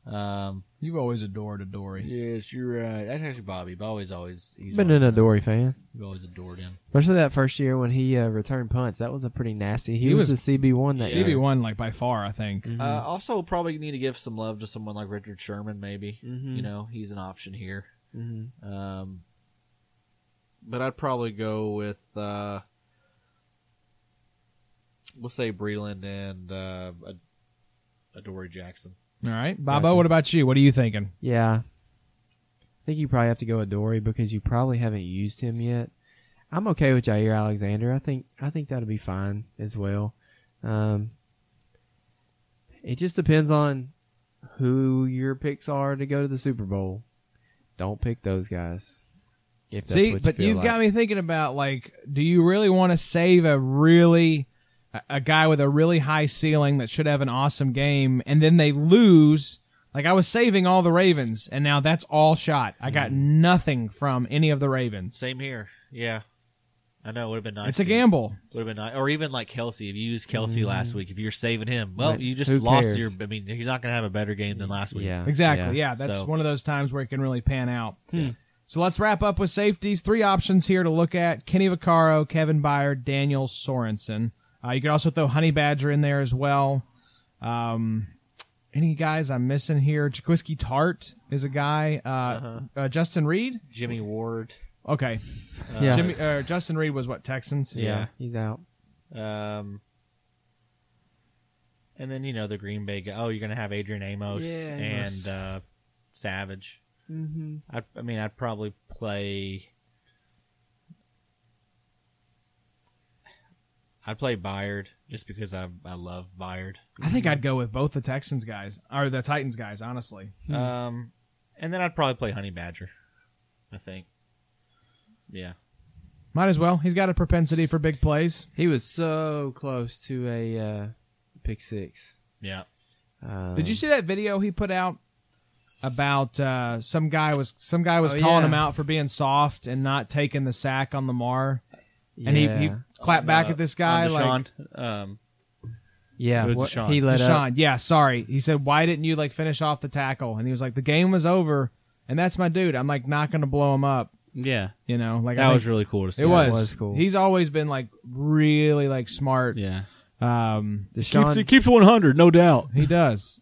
Um, You've always adored Adoree. yes, you're right. That's actually Bobby. Bobby's always he's Been an Adoree fan. We've always adored him. Especially that first year when he uh, returned punts. That was a pretty nasty. He, He was, was- the CB1 that CB year. one like by far, I Mm. think. Uh, also, probably need to give some love to someone like Richard Sherman. Maybe Mm-hmm. you know he's an option here. Mhm. Um, but I'd probably go with uh, we'll say Breland and uh, Ad- Adoree Jackson. All right, Bobo, Gotcha. what about you? What are you thinking? Yeah. I think you probably have to go Adoree because you probably haven't used him yet. I'm okay with Jair Alexander. I think I think that'll be fine as well. Um, it just depends on who your picks are to go to the Super Bowl. Don't pick those guys. If that's See, what but you you've got me thinking about like, do you really want to save a really a- a guy with a really high ceiling that should have an awesome game, and then they lose? Like I was saving all the Ravens, and now that's all shot. I got Mm. nothing from any of the Ravens. Same here. Yeah, I know it would have been nice. It's a gamble. Would have been nice, or even like Kelsey. If you used Kelsey last week, if you're saving him, well, Right. you just Who lost cares? your. I mean, he's not going to have a better game than last week. Yeah, Hmm. Exactly. Yeah, that's So- one of those times where it can really pan out. So let's wrap up with safeties. Three options here to look at: Kenny Vaccaro, Kevin Byard, Daniel Sorensen. Uh, you could also throw Honey Badger in there as well. Um, any guys I'm missing here? Jaquiski Tart is a guy. Uh, Uh-huh. uh, Justin Reed. Jimmy Ward. Okay, yeah, yeah. Jimmy. Uh, Justin Reed was what Texans. yeah. He's out. Um, and then you know the Green Bay. Guy. Oh, you're gonna have Adrian Amos Yeah, Amos. and uh, Savage. Mm-hmm. I, I mean, I'd probably play. I'd play Byard just because I I love Byard. I think I'd go with both the Texans guys or the Titans guys. Honestly, Um, and then I'd probably play Honey Badger. I think. Yeah. might as well. He's got a propensity for big plays. He was so close to a uh, pick six. Yeah. Um, Did you see that video he put out about uh, some guy was some guy was Oh, calling yeah. him out for being soft and not taking the sack on Lamar, and he, he Yeah. clapped back Uh, at this guy on like Deshaun, um, Yeah, It was what- Deshaun. he let up. Deshaun. Yeah, sorry. He said, "Why didn't you like finish off the tackle?" And he was like, "The game was over, and that's my dude. I'm like not gonna blow him up." yeah. You know, like I That think- was really cool to see. it was. was cool. He's always been like really like smart. Yeah. Um, Deshaun, keeps 100, no doubt. he does.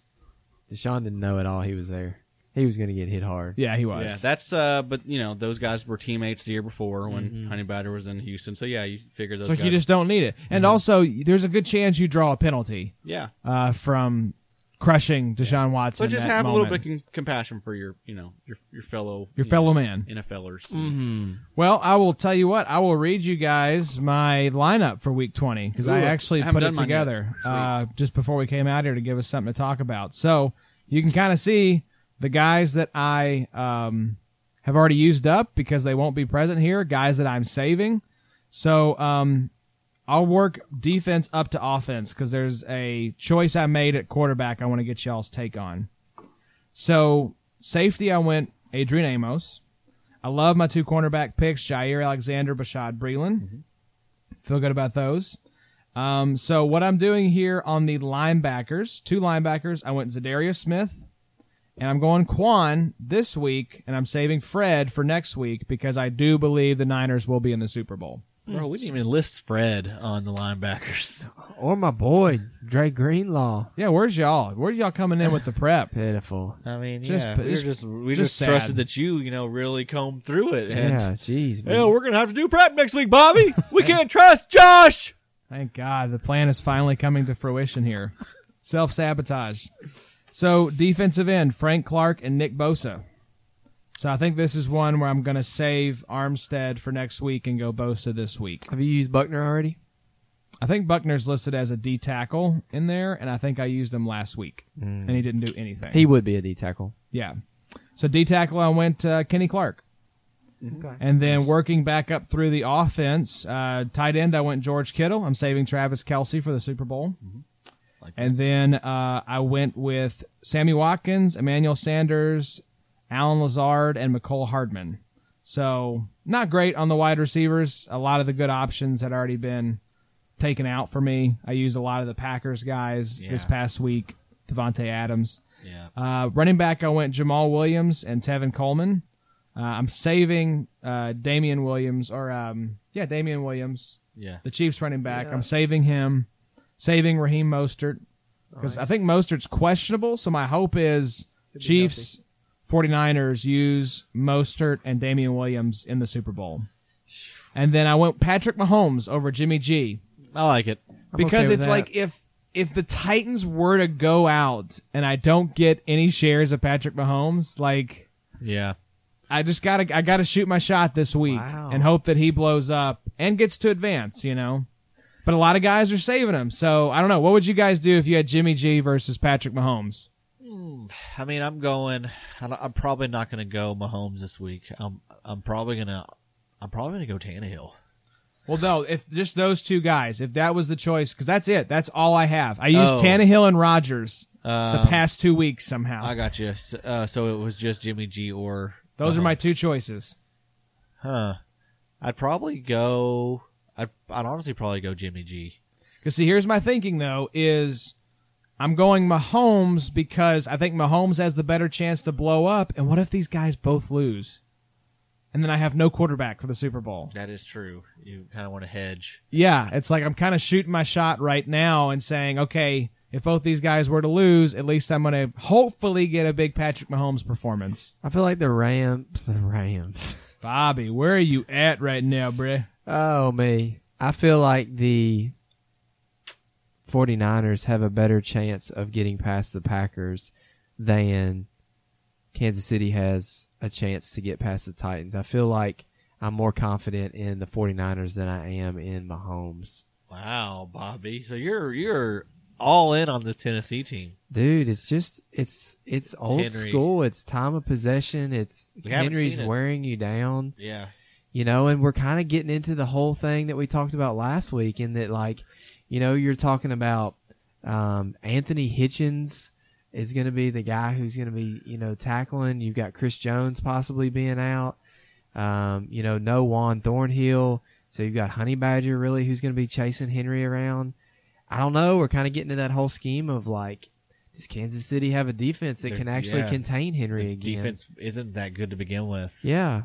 Deshaun didn't know at all he was there. He was going to get hit hard. Yeah, he was. Yeah, that's uh, but you know those guys were teammates the year before when Honey Badger was in Houston. So yeah, you figure those. so guys, you just don't need it. And also, there's a good chance you draw a penalty. yeah, uh, from crushing Deshaun Watson. but just in that have a moment. little bit of compassion for your you know your your fellow your you fellow man. know, NFLers. Mm-hmm. Well, I will tell you what. I will read you guys my lineup for Week 20 because I Ooh, actually I haven't put it done mine yet. together Sweet. uh, just before we came out here to give us something to talk about. So you can kind of see the guys that I um, have already used up because they won't be present here. Guys that I'm saving. So um, I'll work defense up to offense because there's a choice I made at quarterback. I want to get y'all's take on. So safety, I went Adrian Amos. I love my two cornerback picks, Jair Alexander, Bashad Breeland. Feel good about those. Um, so what I'm doing here on the linebackers, two linebackers, I went Zadarius Smith, and I'm going Quan this week, and I'm saving Fred for next week because I do believe the Niners will be in the Super Bowl. Bro, we didn't even list Fred on the linebackers. Or my boy, Dre Greenlaw. Yeah, where's y'all? Where y'all coming in with the prep? Pitiful. I mean, Just- yeah, we were just- just we just just, trusted sad. that you, you know, really combed through it. And, Yeah, jeez. "Yeah, we're gonna have to do prep next week, Bobby. We can't trust Josh. Thank God the plan is finally coming to fruition here. Self sabotage. So defensive end Frank Clark and Nick Bosa. So I think this is one where I'm going to save Armstead for next week and go Bosa this week. Have you used Buckner already? I think Buckner's listed as a D tackle in there, and I think I used him last week, and he didn't do anything. He would be a D tackle. yeah. So D tackle, I went uh, Kenny Clark. And then working back up through the offense, uh, tight end, I went George Kittle. I'm saving Travis Kelsey for the Super Bowl. and then uh, I went with Sammy Watkins, Emmanuel Sanders, Alan Lazard, and McCole Hardman. So not great on the wide receivers. A lot of the good options had already been taken out for me. I used a lot of the Packers guys this Yeah. past week, Devontae Adams. Yeah. Uh, running back, I went Jamal Williams and Tevin Coleman. Uh, I'm saving uh, Damian Williams, or um, yeah, Damian Williams, Yeah. the Chiefs running back. I'm saving him, saving Raheem Mostert because I think Mostert's questionable. So my hope is Chiefs, 49ers use Mostert and Damian Williams in the Super Bowl. And then I went Patrick Mahomes over Jimmy G I like it. okay because with it's that. like if if the Titans were to go out and I don't get any shares of Patrick Mahomes, like Yeah. I just gotta I gotta shoot my shot this week Wow. and hope that he blows up and gets to advance, you know. But a lot of guys are saving him, so I don't know. What would you guys do if you had Jimmy G versus Patrick Mahomes? Mm, I mean, I'm going. I don't- I'm probably not going to go Mahomes this week. I'm. I'm probably gonna. I'm probably gonna go Tannehill. Well, no, if just those two guys, if that was the choice, because that's it, that's all I have. I used Oh. Tannehill and Rogers the Um, past two weeks somehow. I got you. S- Uh, so it was just Jimmy G or those are my Mahomes. two choices. Huh. I'd probably go. I'd, I'd honestly probably go Jimmy G. Because see, here's my thinking though: is I'm going Mahomes because I think Mahomes has the better chance to blow up. And what if these guys both lose, and then I have no quarterback for the Super Bowl? That is true. You kind of want to hedge. Yeah, it's like I'm kind of shooting my shot right now and saying, okay, if both these guys were to lose, at least I'm going to hopefully get a big Patrick Mahomes performance. I feel like the Rams. The Rams. Bobby, where are you at right now, bruh? Oh, me. I feel like the 49ers have a better chance of getting past the Packers than Kansas City has a chance to get past the Titans. I feel like I'm more confident in the 49ers than I am in Mahomes. Wow, Bobby. So you're you're all in on this Tennessee team. Dude, it's just it's it's old Henry. school. It's time of possession. It's We haven't Henry's seen it. wearing you down. Yeah. you know, and we're kind of getting into the whole thing that we talked about last week, in that like, you know, you're talking about um, Anthony Hitchens is going to be the guy who's going to be, you know, tackling. You've got Chris Jones possibly being out. Um, you know, no Juan Thornhill. So you've got Honey Badger really who's going to be chasing Henry around. I don't know. We're kind of getting to that whole scheme of like, does Kansas City have a defense that Their- can actually yeah. contain Henry The again? defense isn't that good to begin with. Yeah.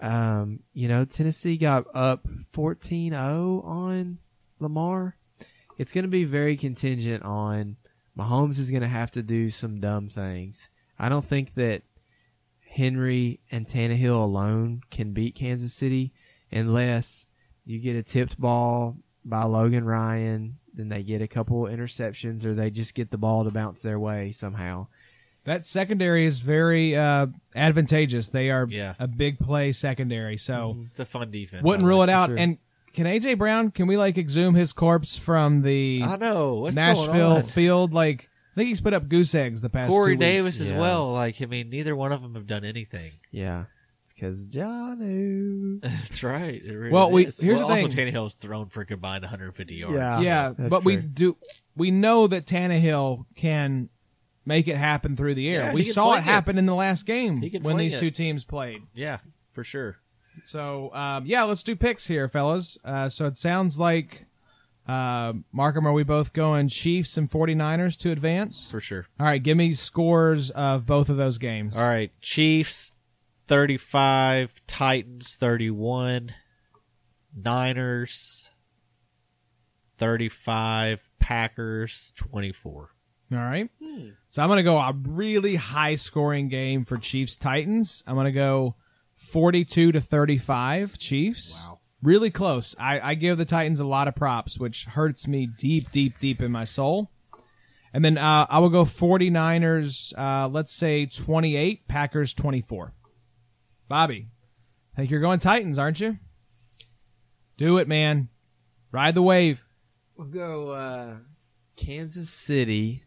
Um, you know, Tennessee got up 14-0 on Lamar. It's going to be very contingent on Mahomes is going to have to do some dumb things. I don't think that Henry and Tannehill alone can beat Kansas City unless you get a tipped ball by Logan Ryan, then they get a couple interceptions or they just get the ball to bounce their way somehow. That secondary is very uh, advantageous. They are Yeah. a big play secondary, so It's a fun defense. wouldn't I rule it like out. sure. And can AJ Brown? Can we like exhume his corpse from the I know. What's going Nashville on? field? Like I think he's put up goose eggs the past Corey two Davis as Yeah. well. Like I mean, neither one of them have done anything. Yeah. Because Johnu. That's right. It really Well, we- is. here's well, the also thing. Tannehill's thrown for combined 150 yards. Yeah. Weeks. Yeah, That's but we true. do we know that Tannehill can make it happen through the air. Yeah, we he can saw fling it it. happen in the last game He can when fling these it. two teams played. Yeah, for sure. So um, yeah, let's do picks here, fellas. Uh, so it sounds like uh, Markham, are we both going Chiefs and 49ers to advance? For sure. All right, give me scores of both of those games. All right. Chiefs 35, Titans 31, Niners 35, Packers 24. All right. So I'm going to go a really high scoring game for Chiefs Titans. I'm going to go 42 to 35 Chiefs. Wow. Really close. I, I give the Titans a lot of props, which hurts me deep, deep, deep in my soul. And then uh, I will go 49ers, uh, let's say 28, Packers 24. Bobby, I think you're going Titans, aren't you? Do it, man. Ride the wave. We'll go uh, Kansas City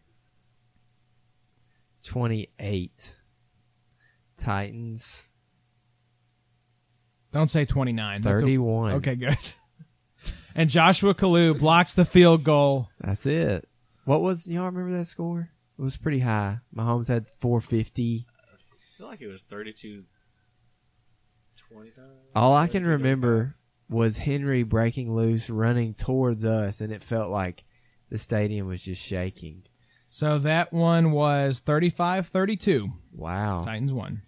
28. Titans Don't say 29. That's a- 31. Okay, good. And Joshua Kalu blocks the field goal. That's it. What was y'all remember that score? It was pretty high. Mahomes had 450. I feel like it was 32 29. All I can remember was Henry breaking loose, running towards us, and it felt like the stadium was just shaking. So that one was 35 32. Wow. Titans won.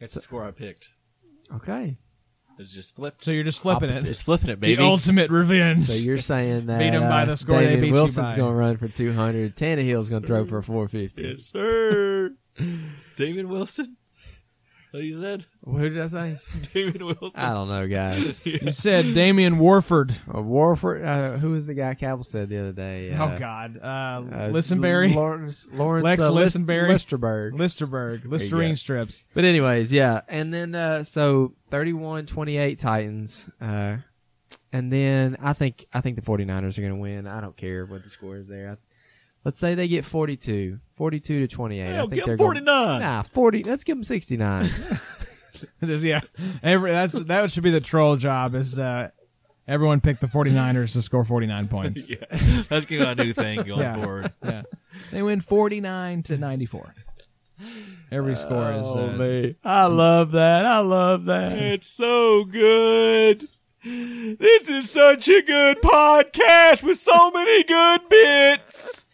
That's the score I picked. Okay. It's just flipped. So you're just flipping It's flipping it, it. The ultimate revenge. So you're saying that Beat 'em by uh, the score they David beat you Wilson's by. going to run for 200. Tannehill's going to throw for 450. Yes, sir. David Wilson. What you said? Who did I say? David Wilson. I don't know, guys. You said Damian Warford. Uh, Warford. Uh, who was the guy Cavill said the other day? Uh, oh, God. Uh, uh, Listenberry. Lawrence, Lawrence Lex uh, Lis- Listenberry. Listerberg. Listerberg. Listerine strips. But anyways, yeah. And then uh so 31-28 Titans. Uh and then I think I think the 49ers are going to win. I don't care what the score is there. I, let's say they get 42. 42 to 28. I Hell, think give 'em they're 49. Gonna, nah, 40. Let's give them 69. Just, yeah. Every, that's, that should be the troll job is uh, everyone pick the 49ers to score 49 points. Yeah. That's gonna be a new thing going Yeah. forward. yeah. They win 49 to 94. Every score is. Uh, Oh, man. I love that. I love that. It's so good. This is such a good podcast with so many good bits.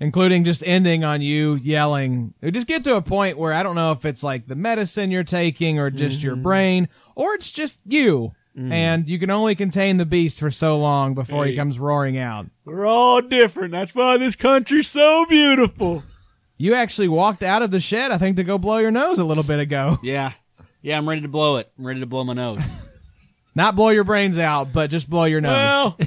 including just ending on you yelling. Just get to a point where I don't know if it's like the medicine you're taking or just Mm-hmm. your brain or it's just you. And you can only contain the beast for so long before he Hey. comes roaring out. We're all different. That's why this country's so beautiful. You actually walked out of the shed, I think, to go blow your nose a little bit ago. Yeah. Yeah, I'm ready to blow it. I'm ready to blow my nose. Not blow your brains out, but just blow your nose.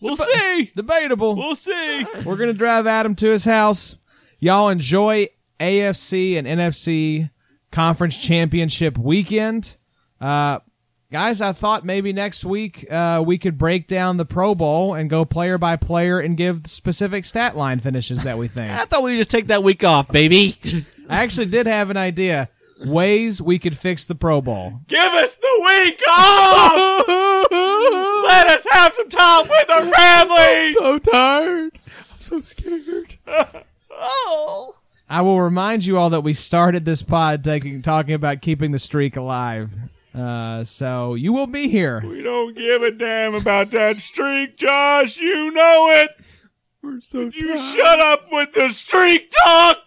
Well, we'll see. Debatable. We'll see. We're going to drive Adam to his house. Y'all enjoy AFC and NFC conference championship weekend. Uh, guys, I thought maybe next week uh, we could break down the Pro Bowl and go player by player and give specific stat line finishes that we think. I thought we would just take that week off, baby. I actually did have an idea. Ways we could fix the Pro Bowl. Give us the week off. Let us have some time with our families. so tired. I'm so scared. Oh. I will remind you all that we started this pod taking, talking about keeping the streak alive. Uh, so you will be here. We don't give a damn about that streak, Josh. You know it. We're so You shut up with the streak talk.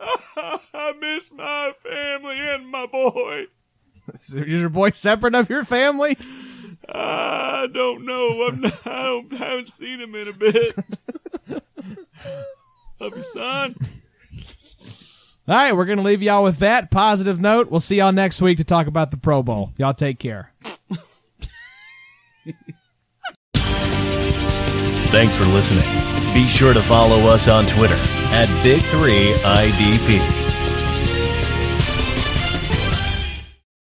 I miss my family and my boy. Is your boy separate of your family? I don't know. I'm not, I, don't, I haven't seen him in a bit. Love you, son. All right, we're going to leave y'all with that positive note. We'll see y'all next week to talk about the Pro Bowl. Y'all take care. Thanks for listening. Be sure to follow us on Twitter at Big3IDP